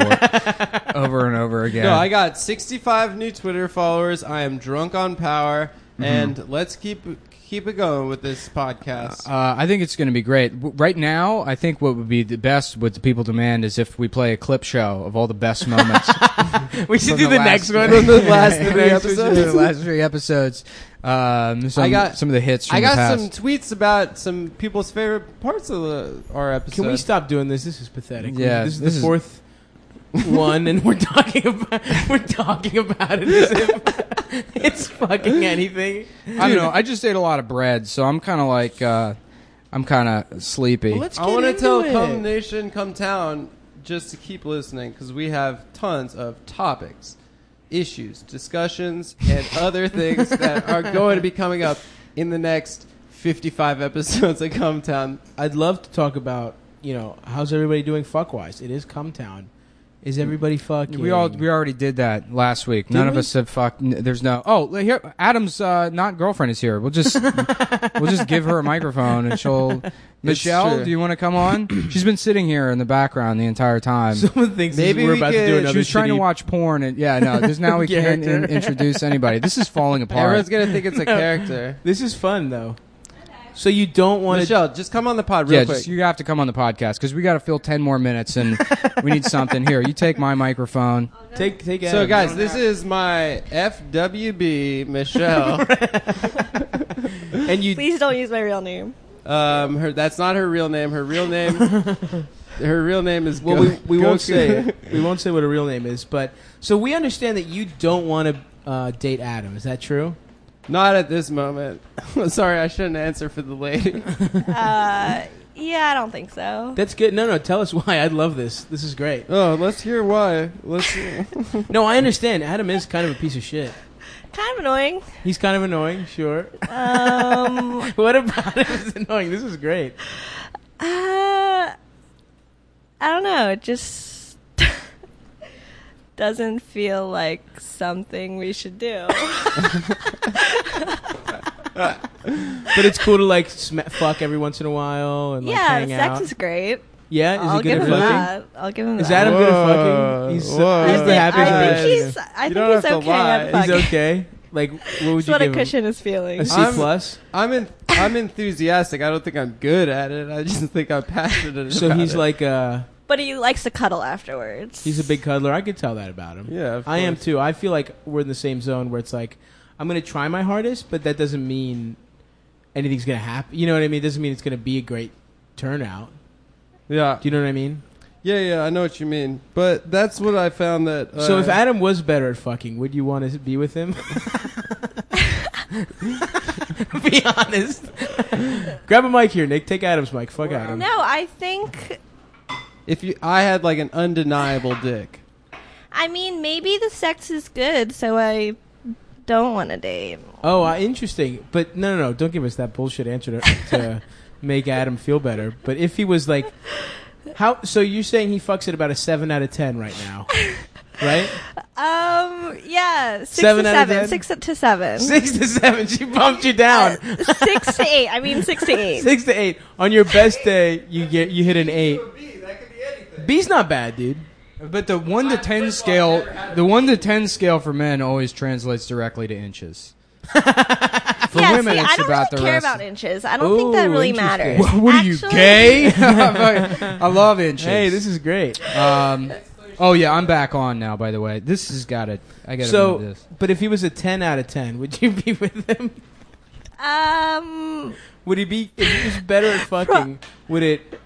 S1: over and over again.
S2: No, I got 65 new Twitter followers. I am drunk on power,
S1: Mm-hmm.
S2: and let's keep keep it going with this podcast.
S1: Uh, I think it's going to be great. W- Right now, I think what would be the best, what the people demand, is if we play a clip show of all the best moments
S3: We should
S1: from
S3: do
S1: the
S3: the
S1: last-
S3: next one.
S2: From the last
S3: Yeah,
S2: three
S3: we should
S2: episodes.
S1: the last three episodes. Um, some,
S2: I got-
S1: some of the hits. From
S2: I
S1: the
S2: got
S1: past.
S2: some tweets about some people's favorite parts of the, our episode.
S3: Can we stop doing this? This is pathetic. We-
S1: Yeah,
S3: this is
S1: this
S3: the
S1: is-
S3: fourth one, and we're talking about we're talking about it as if it's fucking anything.
S1: I don't know. I just ate a lot of bread, so I'm kind of like, uh, I'm kind of sleepy.
S3: let's
S2: I want to tell Come
S3: it.
S2: Nation, Come Town just to keep listening because we have tons of topics, issues, discussions, and other things that are going to be coming up in the next 55 episodes of Come Town.
S3: I'd love to talk about you know how's everybody doing fuck wise. It is Cumtown. Is everybody fucking?
S1: We all we already did that last week. None of
S3: we?
S1: us have fucked. n- There's no. Oh, li- here Adam's uh, not girlfriend is here. We'll just we'll just give her a microphone and she'll. Michelle,
S2: true.
S1: do you want to come on? She's been sitting here in the background the entire time.
S3: Someone thinks
S2: Maybe
S3: we're
S2: we
S3: about to
S2: could-
S3: do
S2: she
S3: another.
S1: she was trying to
S3: shitty-
S1: watch porn and yeah, no. Because now we can't in- introduce anybody. This is falling apart.
S2: Everyone's gonna think it's a character.
S3: This is fun though. So you don't want to.
S2: Michelle, just come on the pod real
S1: yeah,
S2: quick.
S1: just, you have to come on the podcast because we got to fill ten more minutes and we need something here. You take my microphone.
S3: Take take.
S2: so
S3: Adam.
S2: guys, this is my FWB Michelle.
S3: and you
S7: Please don't use my real name.
S2: um, her that's not her real name. Her real name, her real name is.
S3: Well,
S2: Go-
S3: we, we won't
S2: Goku.
S3: say it. we won't say what her real name is, but so we understand that you don't want to uh, date Adam. Is that true?
S2: Not at this moment. Sorry, I shouldn't answer for the lady.
S7: Uh, yeah, I don't think so.
S3: That's good. No, no. Tell us why. I love this. This is great.
S2: oh, let's hear why. Let's.
S3: No, I understand. Adam is kind of a piece of shit.
S7: Kind of annoying.
S3: He's kind of annoying. Sure.
S7: Um,
S3: what about him is annoying? This is great.
S7: uh, I don't know. It just doesn't feel like something we should do.
S3: But it's cool to like sm- fuck every once in a while and like
S7: yeah,
S3: hang
S7: sex
S3: out.
S7: is great.
S3: yeah, is
S7: I'll
S3: he good
S7: give
S3: at
S7: him
S3: fucking?
S7: that. I'll give him
S3: Is
S7: that.
S3: Adam good at
S2: Whoa,
S3: fucking? He's,
S2: whoa.
S3: he's
S7: I
S3: the
S7: think,
S3: happiest
S7: I
S3: man.
S7: think he's. I
S2: You
S7: think
S2: don't
S7: he's
S2: have to
S7: okay at
S2: lie.
S7: fucking.
S3: He's okay. Like, what would
S7: That's
S3: you
S7: what a
S3: give him?
S7: cushion is
S3: A
S7: feeling.
S3: C
S2: I'm-
S3: plus.
S2: I'm in, I'm enthusiastic. I don't think I'm good at it. I just think I'm passionate.
S3: So
S2: about
S3: he's
S2: it.
S3: like, uh,
S7: But he likes to cuddle afterwards.
S3: he's a big cuddler. I could tell that about him.
S2: Yeah, of
S3: I am
S2: course.
S3: too. I feel like we're in the same zone where it's like, I'm gonna try my hardest, but that doesn't mean anything's gonna happen. You know what I mean? It doesn't mean it's gonna be a great turnout.
S2: yeah,
S3: Do you know what I mean?
S2: yeah, yeah. I know what you mean, but that's what I found that. Uh,
S3: so if Adam was better at fucking, would you want to be with him? be honest. Grab a mic here, Nick. Take Adam's mic. Fuck Adam.
S7: no, I think.
S2: if you, I had like an undeniable dick.
S7: I mean, maybe the sex is good, so I don't want to date.
S3: Oh, uh, interesting. But no, no, no. Don't give us that bullshit answer to, to make Adam feel better. But if he was like, how? So you're saying he fucks at about a seven out of ten right now, right?
S7: Um. Yeah. Six
S3: Seven
S7: to
S3: out of
S7: seven.
S3: ten?
S7: Six to seven. Uh,
S3: Six to seven. She bumped you down.
S7: Six to eight. I mean, six to eight.
S3: Six to eight. On your best day, you get you hit an eight. B's not bad, dude.
S1: But the one to ten scale, the one to ten scale for men always translates directly to inches. for
S7: yeah.
S1: women,
S7: see,
S1: it's
S7: I don't
S1: about
S7: really
S1: the
S7: care
S1: rest.
S7: about inches. I don't think that
S3: Ooh,
S7: really
S3: interesting.
S7: matters.
S1: what are you
S7: Actually,
S1: gay? I love inches.
S3: Hey, this is great.
S1: Um, oh yeah, I'm back on now. By the way, this has got to. I got to
S3: So,
S1: move this.
S3: but if he was a ten out of ten, would you be with him?
S7: Um.
S3: Would he be if he was better at fucking? would it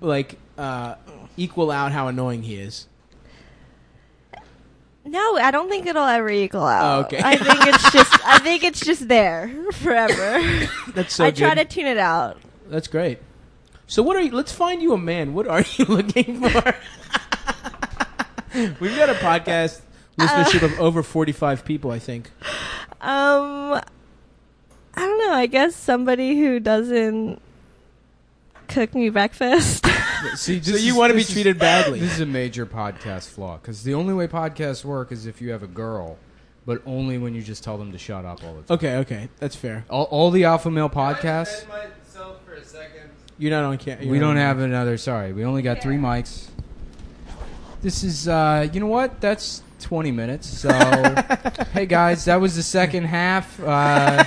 S3: like uh, equal out how annoying he is?
S7: No, I don't think it'll ever equal out.
S3: Oh, okay.
S7: I think it's just. I think it's just there forever.
S3: That's so.
S7: I try to
S3: good.
S7: tune it out.
S3: That's great. So what are you? Let's find you a man. What are you looking for? We've got a podcast listenership of over forty-five people. I think.
S7: Um, I don't know. I guess somebody who doesn't cook me breakfast.
S1: See,
S3: So you want to be treated badly.
S1: This is a major podcast flaw because the only way podcasts work is if you have a girl, but only when you just tell them to shut up all the time.
S3: okay, okay, that's fair.
S1: All, all the alpha male podcasts.
S2: myself for a second.
S3: You're not on camera.
S1: We don't have another. Sorry, we only got three mics. This is, uh, you know what? That's 20 minutes. So, hey guys, that was the second half. Uh,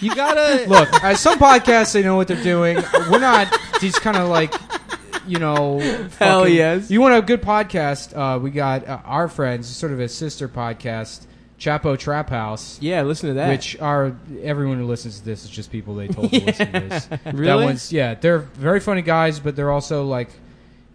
S2: You gotta
S1: look, uh, some podcasts they know what they're doing. We're not just kind of like, you know,
S3: Hell
S1: fucking-
S3: yes.
S1: You want a good podcast? Uh, we got uh, our friends, sort of a sister podcast, Chapo Trap House.
S3: Yeah, listen to that.
S1: Which are everyone who listens to this is just people they told to listen to this. That
S2: Really?
S1: one's yeah, they're very funny guys, but they're also like,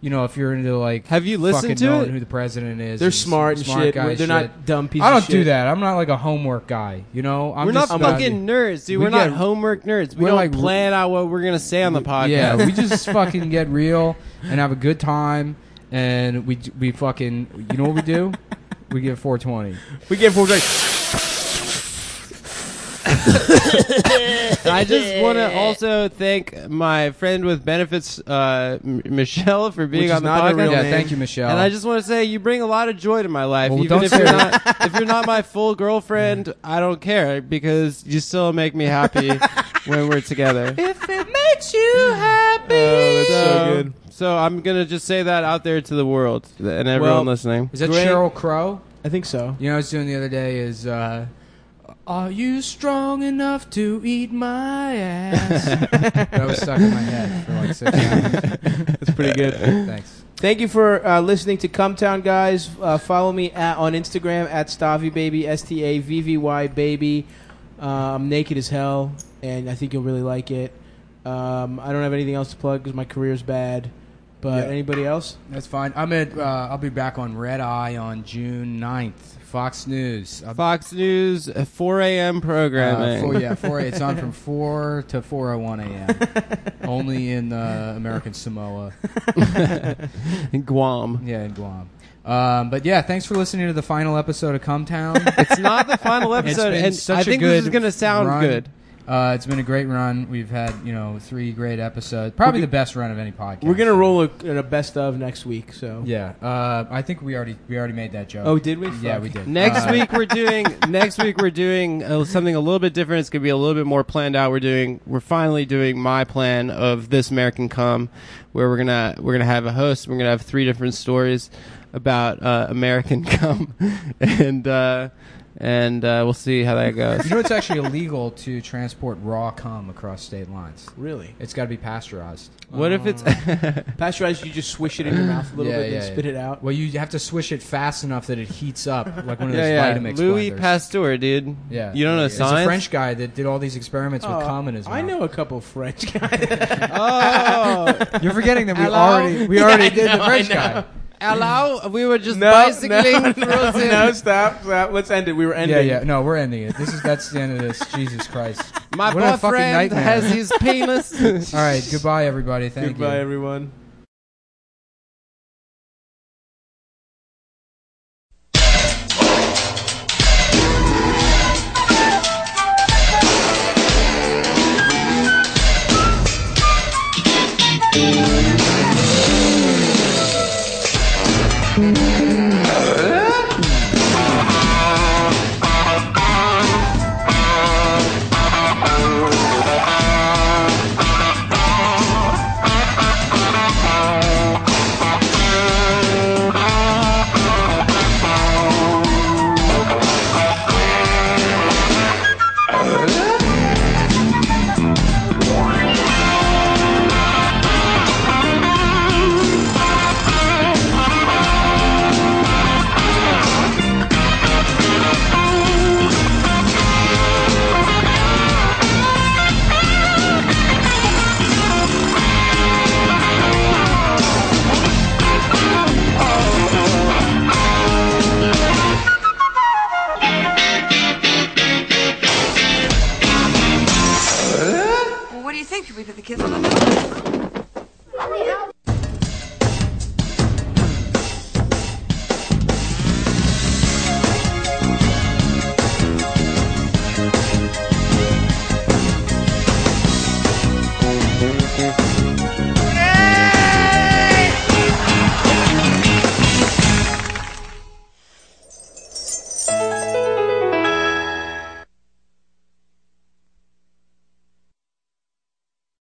S1: you know, if you're into like,
S2: Have you listened
S1: fucking
S2: to
S1: knowing
S2: it?
S1: who the president is?
S3: they're
S1: and
S3: smart and shit.
S1: guy
S3: They're not dumb pieces.
S1: I don't
S3: of
S1: do
S3: shit.
S1: that. I'm not like a homework guy. You know, I'm
S2: we're not
S1: just about-
S2: fucking nerds, dude.
S1: We
S2: We are not
S1: get-
S2: homework nerds. We
S1: we're
S2: don't
S1: like-
S2: plan out what we're gonna say on the podcast.
S1: Yeah, we just fucking get real and have a good time, and we we fucking you know what we do? We get 420.
S3: We get four drinks.
S2: I just want to also thank my friend with benefits, uh, M- Michelle, for being
S3: Which
S2: on
S3: is
S2: the
S3: not a
S2: podcast.
S3: real
S1: yeah,
S3: name.
S1: thank you, Michelle.
S2: And I just want to say you bring a lot of joy to my life.
S1: Well,
S2: Even
S1: don't
S2: if
S1: say
S2: you're
S1: that.
S2: not if you're not my full girlfriend, I don't care because you still make me happy when we're together. Oh,
S8: If it makes you happy.
S2: so, so I'm gonna just say that out there to the world and everyone
S1: Well,
S2: listening.
S1: Is that
S3: Great.
S1: Cheryl Crow?
S3: I think so.
S1: You know, what I was doing the other day is, uh, are you strong enough to eat my ass? that was stuck in my head for like six hours.
S3: That's pretty good.
S1: Thanks.
S3: Thank you for uh, listening to Come Town, guys. Uh, follow me at, on Instagram at Stavi Baby, S T A V V Y Baby. Uh, I'm naked as hell, and I think you'll really like it. Um, I don't have anything else to plug because my career's bad. But
S1: Yeah.
S3: anybody else?
S1: That's fine. I'm at. Uh, I'll be back on Red Eye on June 9th. Fox News. I'll-
S2: Fox News, 4 a.m. programming.
S1: Uh, four, yeah, four. It's on from four to four o one a.m. Only in uh, American Samoa.
S2: Guam.
S1: Yeah, in Guam. Um, but yeah, thanks for listening to the final episode of Come Town.
S2: It's not the final episode,
S1: been
S2: and
S1: such
S2: I
S1: a
S2: think this is
S1: good
S2: gonna sound
S1: run.
S2: good.
S1: Uh, it's been a great run. We've had you know three great episodes. Probably the best run of any podcast.
S3: We're gonna roll a, a best of next week. So
S1: Yeah, uh, I think we already we already made that joke.
S3: Oh, did we?
S1: Yeah,
S3: Fuck.
S1: we did.
S2: Next
S1: Uh,
S2: week we're doing. next week we're doing uh, something a little bit different. It's gonna be a little bit more planned out. We're doing. We're finally doing my plan of this American Come, where we're gonna we're gonna have a host. We're gonna have three different stories about uh, American Come, and uh, and uh, we'll see how that goes.
S1: You know it's actually illegal to transport raw cum across state lines.
S3: Really?
S1: It's got to be pasteurized.
S2: What if
S3: Oh.
S2: it's
S3: Pasteurized, you just swish it in your mouth a little bit, then spit it out.
S1: Well, you have to swish it fast enough that it heats up like one of those
S2: yeah, yeah.
S1: Vitamix
S2: Louis
S1: blenders.
S2: Pasteur, dude?
S1: yeah,
S2: you don't know
S1: It's
S2: science.
S1: a French guy that did all these experiments with cum in his mouth.
S3: Oh, I know a couple of French guys.
S2: Oh,
S1: You're forgetting that we
S2: Hello?
S1: already we
S2: Yeah,
S1: already
S2: I
S1: did
S2: know,
S1: the
S2: I
S1: French
S2: know.
S1: guy.
S2: hello. We were just
S3: No,
S2: bicycling
S3: no,
S2: through
S3: no,
S2: the-
S3: no, stop, stop. Let's end it. We were ending.
S1: Yeah, yeah. No, we're ending it. This is that's the end of this. Jesus Christ.
S2: My
S1: What a fucking
S2: boyfriend
S1: nightmare.
S2: has his penis.
S1: All right. Goodbye, everybody. Thank you.
S3: Goodbye, everyone.